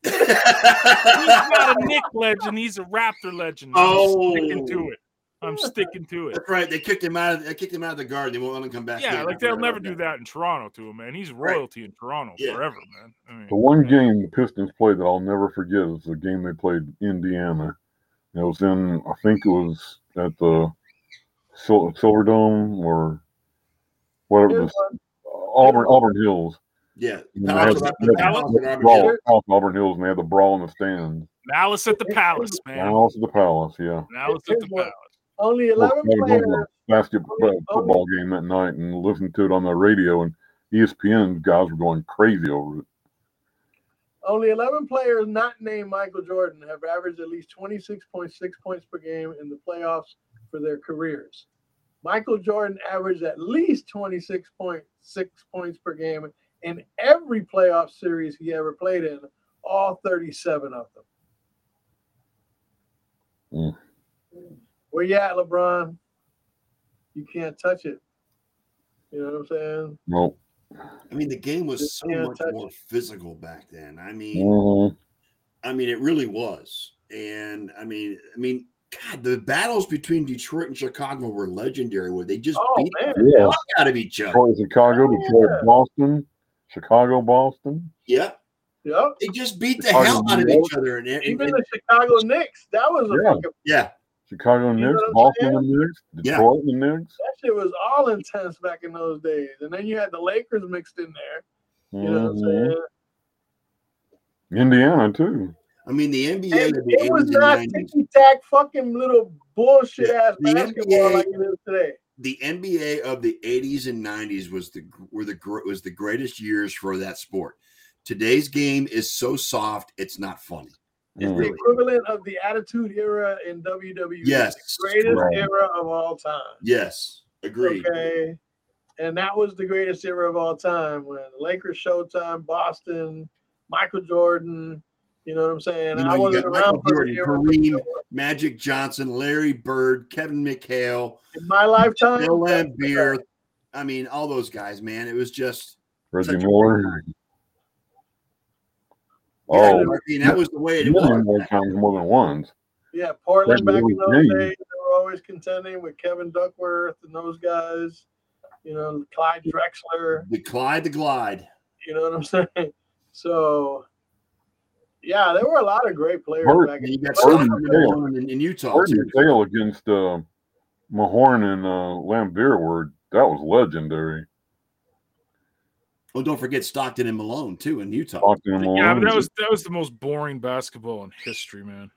E: He's not a Nick legend. He's a Raptor legend. I'm
B: Oh.
E: sticking to it. I'm sticking to it.
B: that's right. They kicked him out. Of, they kicked him out of the guard. They won't let him come back.
E: Yeah,
B: in.
E: like they'll never do that in Toronto to him, man. He's
B: Right.
E: royalty in Toronto
B: Yeah.
E: forever, man. I mean,
D: the one game the Pistons played that I'll never forget is the game they played Indiana. It was in, I think it was at the Sil- Silver Dome or whatever,
C: Here's
D: the,
C: one.
D: Auburn Auburn Hills.
B: Yeah,
D: And they had
B: Palace,
D: the-
B: Palace,
D: they had the
B: Palace,
D: brawl- Palace, Auburn Hills, and they had the brawl in the stand.
E: Malice at the Palace,
D: And
E: man.
D: also the Palace, yeah.
E: Malice at the
C: Here's what-
E: Palace.
C: Only
D: Well,
C: 11
D: I was
C: players.
D: on the basketball football game that night and listened to it on the radio, and E ESPN guys were going crazy over it.
C: Only 11 players not named Michael Jordan have averaged at least 26.6 points per game in the playoffs for their careers. Michael Jordan averaged at least 26.6 points per game in every playoff series he ever played in, all 37 of them.
B: Mm.
C: Where you at, LeBron? You can't touch it. You know what I'm saying?
D: Nope.
B: I mean, the game was
C: Just
B: so
C: can't
B: much
C: touch
B: more physical back then. I mean,
D: Mhm.
B: I mean, it really was. And I mean, I mean, God, the battles between Detroit and Chicago were legendary. Where they just
C: Oh,
B: beat
C: man.
B: the
D: Yeah.
B: fuck out of each other.
D: Detroit, Chicago,
C: Oh,
D: Detroit,
C: yeah.
D: Boston, Chicago, Boston.
B: Yeah,
C: Yep.
B: they just beat the
D: Chicago,
B: hell out of
D: New York.
B: each other. And, and-
C: Even
B: and-
C: the Chicago Knicks, that was a
D: Yeah.
C: fucking
B: yeah,
D: Chicago
C: You know
D: Knicks,
C: what I'm
D: Boston and Knicks,
B: Yeah.
D: Detroit and Knicks.
C: that shit was all intense back in those days. And then you had the Lakers mixed in there. You know what I'm
D: Mhm.
C: saying?
D: Indiana too.
B: I mean, the NBA,
C: And
B: of the
C: it was
B: 80s and
C: not
B: 90s,
C: ticky tack fucking little bullshit ass
B: The
C: basketball
B: NBA
C: like it is today.
B: the NBA of the 80s and 90s was the were the gr- was the greatest years for that sport. Today's game is so soft, it's not funny.
D: Mm.
C: It's the equivalent of the Attitude Era in WWE.
B: Yes.
C: The greatest
D: Right.
C: era of all time.
B: Yes. Agreed.
C: Okay. And that was the greatest era of all time when Lakers Showtime, Boston, Michael Jordan. You know what I'm saying?
B: You know,
C: I
B: you
C: wasn't
B: got
C: around
B: Michael
C: for
B: Jordan,
C: the era.
B: Kareem. Magic Johnson, Larry Bird, Kevin McHale,
C: in my lifetime.
B: Bill Lambier. I mean, all those guys, man. It was just
D: Reggie
B: Such a-
D: Miller.
B: Yeah,
D: Oh,
B: I mean, that was the way it
D: million more
B: was.
D: times more than once.
C: Yeah, Portland
D: That's
C: back in
D: Louis
C: those days,
D: James.
C: they were always contending with Kevin Duckworth and those guys. You know, Clyde Drexler.
B: The Clyde the Glide.
C: You know what I'm saying? So, yeah, there were a lot of great players
D: Bert,
C: back
B: And
C: in
B: you got
D: Gordon
B: Stockton
D: Taylor.
B: Malone in, in
C: Oh,
B: Utah.
D: Gordon
B: Too.
D: Tail against uh, Mahorn and uh, Lambeer were that was legendary.
B: Oh, don't forget Stockton and Malone too in Utah.
D: Stockton and
E: Yeah, but
D: Malone.
E: that was that was the most boring basketball in history, man.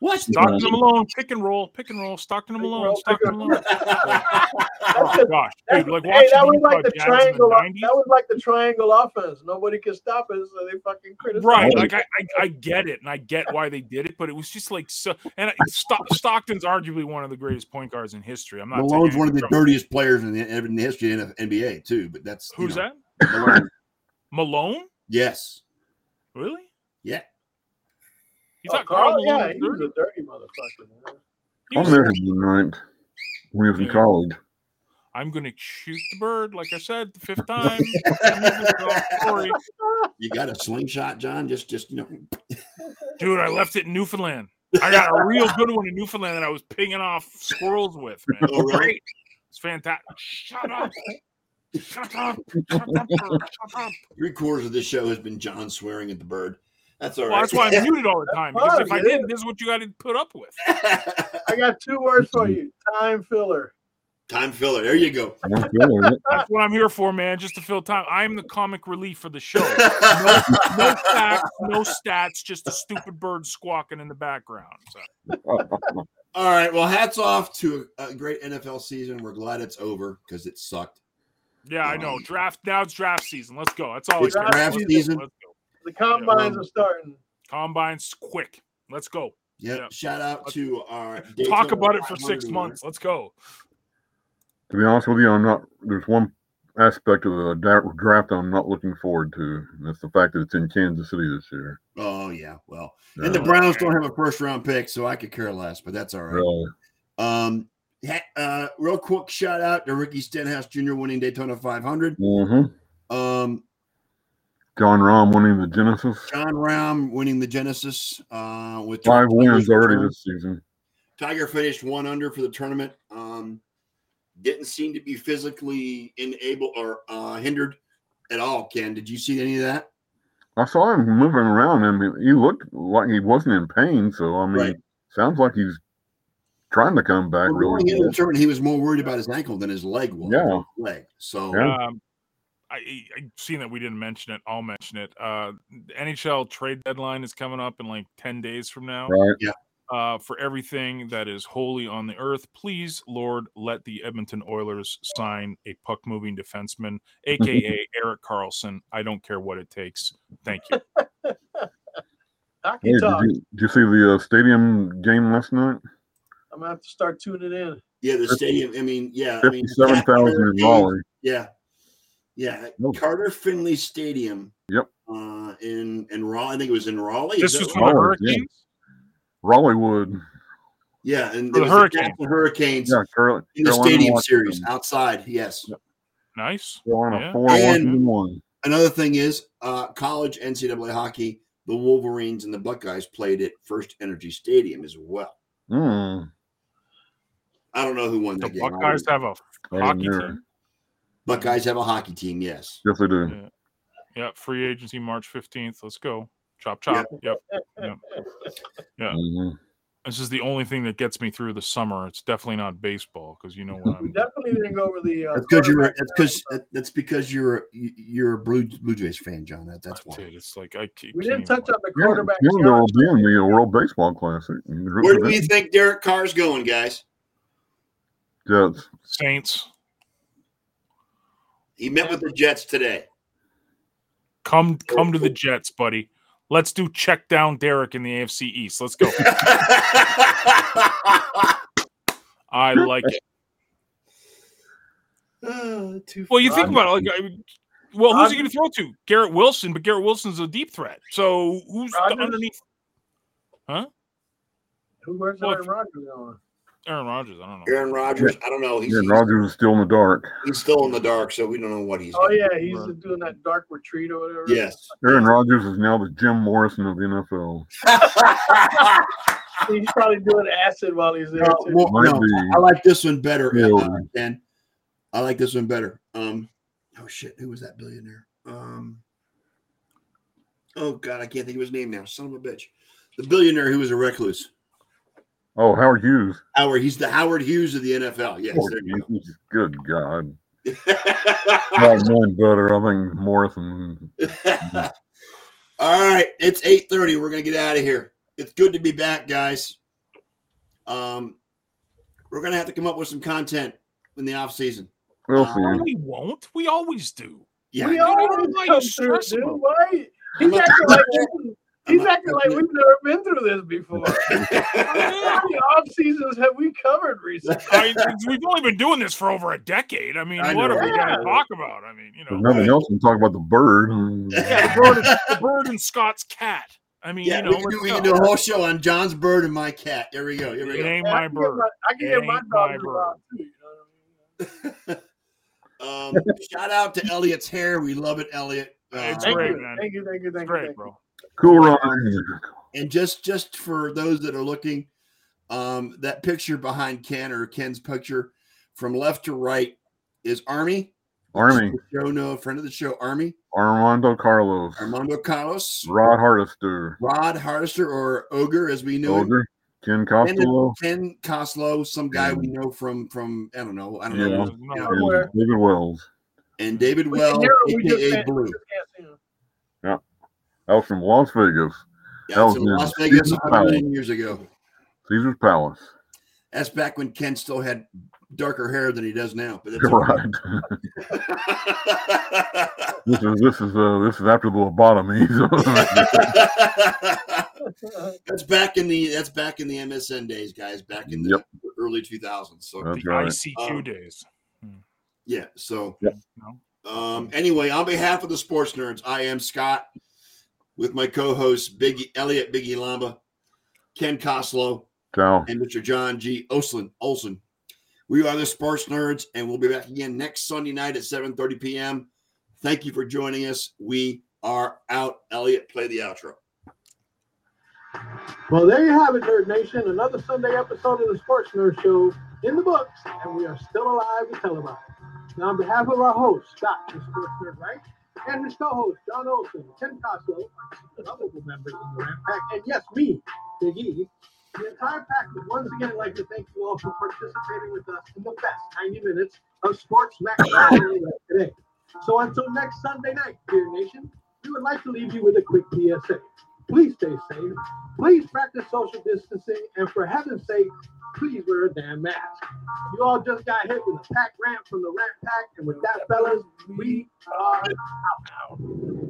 B: What?
E: Stockton and Malone, pick and roll, pick and roll, Stockton and
C: Pick and
E: Malone,
C: roll,
E: Stockton and Malone.
C: That's
E: Oh
C: just-
E: gosh,
C: that's-
E: dude, like
C: hey,
E: watching
C: that was
E: Utah
C: like the
E: Jazz in the
C: triangle. That
E: 90s.
C: was like the triangle offense. Nobody could stop us, so they fucking criticized.
E: Right,
D: Right.
E: like I, I, I get it, and I get why they did it, but it was just like so. And I- Stock, Stockton's arguably one of the greatest point guards in history. I'm not. taking
B: Malone's one of the
E: anything from-
B: dirtiest players in the, in the history of the NBA too. But that's you
E: Who's
B: know,
E: that?
B: Malone.
E: Malone?
B: yes.
E: Really?
B: Yeah.
E: You
C: Oh,
E: thought
C: Carl,
E: Malone
C: yeah,
E: was
C: he
E: dirty?
C: was a dirty motherfucker. Man.
E: He
D: I
E: was-
D: met him one night when he was in college.
E: I'm gonna shoot the bird, like I said, the fifth time. This is all story.
B: You got a slingshot, John? Just, just you know.
E: Dude, I left it in Newfoundland. I got a real good one in Newfoundland that I was pinging off squirrels with, man.
B: Oh, really?
E: Great. It's fantastic. Shut up. Shut up. Shut up. bird. Shut up.
B: Three quarters of this show has been John swearing at the bird. That's all
E: Well,
B: right.
E: that's why I'm muted all the time. Because if I
C: fine,
E: didn't,
C: yeah.
E: this is what you got to put up with.
C: I got two words for you: time filler.
B: Time filler. There you go.
D: I don't feel it.
E: That's what I'm here for, man. Just to fill time. I'm the comic relief for the show. No facts, no stats, just a stupid bird squawking in the background. So.
B: All right. Well, hats off to a a great NFL season. We're glad it's over because it sucked.
E: Yeah, I know.
B: Um,
E: Draft now it's draft season. Let's go. That's all. I
B: It's
E: care
B: draft
E: about.
B: season.
E: Let's go.
C: The combines
B: Yeah.
C: are starting.
E: Combine's quick. Let's go.
B: Yep.
E: Yeah.
B: Shout out to our
E: Talk
B: Daytona
E: about it for
B: 500
E: six
B: winner.
E: months. Let's go.
D: To be honest with you, I'm not. There's one aspect of the dra- draft I'm not looking forward to, and that's the fact that it's in Kansas City this year.
B: Oh yeah. Well,
D: Uh,
B: and the Browns don't have a first round pick, so I could care less. But that's all right.
D: really,
B: Um, ha- uh, real quick shout out to Ricky Stenhouse Jr. winning Daytona 500.
D: mhm.
B: Um,
D: John Rahm winning the Genesis.
B: John Rahm winning the Genesis uh, with
D: Five
B: 12
D: wins already
B: return.
D: this season.
B: Tiger finished one under for the tournament. Um, didn't seem to be physically unable or uh, hindered at all. Ken, did you see any of that?
D: I saw him moving around, and he looked like he wasn't in pain. So I mean,
B: Right.
D: sounds like he's trying to come back.
B: Well,
D: Really,
B: going into the
D: well.
B: tournament, he was more worried about his ankle than his leg was.
D: Yeah.
B: leg. So
D: Yeah.
E: Um, I, I- I've seen that we didn't mention it. I'll mention it. Uh, the NHL trade deadline is coming up in like 10 days from now.
D: right?
E: Uh, for everything that is holy on the earth, please, Lord, let the Edmonton Oilers sign a puck moving defenseman, aka Eric Carlson. I don't care what it takes. Thank you.
C: Hockey
D: Hey, did,
C: talk.
D: you, did you see the uh, stadium game last night?
C: I'm gonna have to start tuning in.
B: yeah, the stadium. I mean, yeah, I mean,
D: Fifty-seven thousand in Raleigh.
B: Yeah, yeah,
D: No.
B: Carter Finley Stadium.
D: Yep.
B: Uh, in in Raleigh, I think it was in Raleigh. Is
E: This
B: that
E: was
B: right?
E: for the
D: Lord, yeah.
E: Hurricanes.
D: Raleigh would.
B: yeah, and
E: For
B: it
E: the
B: was
E: Hurricanes.
B: Jackson Hurricanes
D: Yeah, Carol-
B: in the
D: Carolina
B: stadium
D: lost
B: series
D: them.
B: outside. Yes.
E: Nice.
D: Carolina
E: Yeah.
D: four one
B: And-
D: one.
B: Another thing is, uh, college NCAA hockey. The Wolverines and the Buckeyes played at First Energy Stadium as well.
D: Mm,
B: I don't know who won
E: The
B: that game.
E: Buckeyes have a
D: I
E: hockey
D: didn't hear.
E: team.
B: Buckeyes have a hockey team. Yes.
D: Yes, they do.
E: Yeah, free agency March 15th. Let's go. Chop chop. Yep. Yeah.
D: Mhm.
E: This is the only thing that gets me through the summer. It's definitely not baseball because you know what
C: We
E: I'm
C: definitely didn't go over the. Uh,
B: That's because you're.
C: quarterback
B: That's because. That's because you're. You're a Blue Blue Jays fan, John. That, that's why.
E: Dude, it's like I keep
C: We didn't touch on the
D: Yeah,
C: quarterback.
D: yeah,
C: challenge.
D: they'll be in the uh, World Baseball Classic. You root
B: Where
D: for
B: do we think Derek Carr's going, guys?
D: the Jets.
E: Saints.
B: He met with the Jets today.
E: Come come to the Jets, buddy. Let's do check down Derek in the AFC East. Let's go. I like it.
C: Ah,
E: Well, you think about it. Like, I mean, well, who's he going to throw to? Garrett Wilson, but Garrett Wilson's a deep threat. So who's the
C: Rodgers?
E: underneath
C: Who wears
E: Well,
C: Aaron Rodgers on?
E: Aaron Rodgers? I don't know.
B: Aaron Rodgers. I don't know. He's,
D: Yeah, Rogers is still in the dark.
B: he's still in the dark, so we don't know what he's.
C: Oh
B: doing.
C: yeah, he's doing that dark retreat or whatever.
B: Yes.
D: Aaron Rodgers is now the Jim Morrison of the NFL.
C: he's probably doing acid while he's there.
B: No,
C: too.
B: Uh, well,
D: Might
B: no,
D: be.
B: I like this one better.
D: Yeah.
B: Uh, Dan. I like this one better. Um, oh shit, who was that billionaire? Um, oh god, I can't think of his name now. Son of a bitch, the billionaire who was a recluse.
D: Oh, Howard Hughes.
B: Howard, he's the Howard Hughes of the NFL. Yes,
D: Oh,
B: there you
D: Jesus, Good God.
B: go.
D: Not knowing better. I think Morrison.
B: All right, it's eight thirty. We're gonna get out of here. It's good to be back, guys. Um, we're gonna have to come up with some content in the off season.
D: We'll
E: No,
D: see.
E: we won't. We always do.
B: Yeah,
C: we
E: I know.
C: all
E: I don't know why you
C: come through,
E: stress
C: dude.
E: about it.
C: Why? He's
B: not-
C: acting like we-
B: I'm
C: he's
B: not-
C: acting like we've never been through this before. How many off seasons have we covered recently?
E: I, it's- we've only been doing this for over a decade. I mean,
B: I
E: what
B: know.
E: are we going
C: Yeah.
E: to talk about? I mean, you
D: There's
E: know,
D: nothing else. We can talk about the bird.
E: yeah, the bird, is- the bird and Scott's cat. I mean,
B: yeah,
E: you know,
B: we, can
E: let's
B: do, we
E: go.
B: can do a whole show on John's bird and my cat. There we go. Here we
E: it
B: go.
E: ain't
C: I can
E: my
C: get
E: bird.
C: my- I can get
E: It
C: my
E: ain't my
C: daughter
E: bird.
C: around too. You know what I mean?
B: Um, shout out to Elliot's hair. We love it, Elliot. Uh,
E: It's
C: Thank
E: great,
C: you,
E: man.
C: thank you, thank you,
E: It's
C: thank you.
E: great,
C: thank you.
E: bro.
D: Cool Run.
B: And just just for those that are looking, um, that picture behind Ken or Ken's picture from left to right is Army.
D: Army.
B: Show no friend of the show, Army
D: Armando Carlos.
B: Armando Carlos,
D: Rod Hardister.
B: Rod Hardister or Ogre as we knew him,
D: Older. Ken Costello.
B: Ken Coslow, some guy we know from from I don't know, I don't know,
E: There's no-
B: Yeah.
D: and
C: Where-
D: David Wells.
B: and David
C: We can
B: Well,
C: hear him, we just
B: aka
C: can't- we
B: Blue.
C: just can't see him.
D: That was from Las Vegas.
B: Yeah,
D: That
B: that's
D: was
B: in
D: him.
B: Las Vegas
D: Stephen
B: 100 million years ago.
D: Caesar's Palace.
B: That's back when Ken still had darker hair than he does now. But that's
D: Right. this is this is uh this is after the lobotomy.
B: that's back in the that's back in the MSN days, guys. Back in the early 2000s. So
D: That's
E: The
D: right.
E: ICQ
B: Um,
E: days.
B: yeah, so
D: Yep.
E: No.
B: um, anyway, on behalf of the sports nerds, I am Scott with my co-host Biggie Elliot Biggie Lamba, Ken Coslow,
D: Ciao.
B: and Mr. John G. Olson. Olson. We are the Sports Nerds, and we'll be back again next Sunday night at 7:30 p.m. Thank you for joining us. We are out. Elliot, play the outro.
A: Well, there you have it, Nerd Nation. Another Sunday episode of the Sports Nerd Show in the books, and we are still alive to tell about it. Now, on behalf of our host, Scott, the Sports Nerd, right? And his co host, John Olson, Ken Costco, and other members of the Ram Pack, and yes, me, Big E. The entire pack would once again like to thank you all for participating with us in the best 90 minutes of Sports Smackdown today. So until next Sunday night, dear nation, we would like to leave you with a quick PSA. Please stay safe. Please practice social distancing, and for heaven's sake, please wear a damn mask. You all just got hit with a pack rant from the Rat Pack, and with that, fellas, we are out.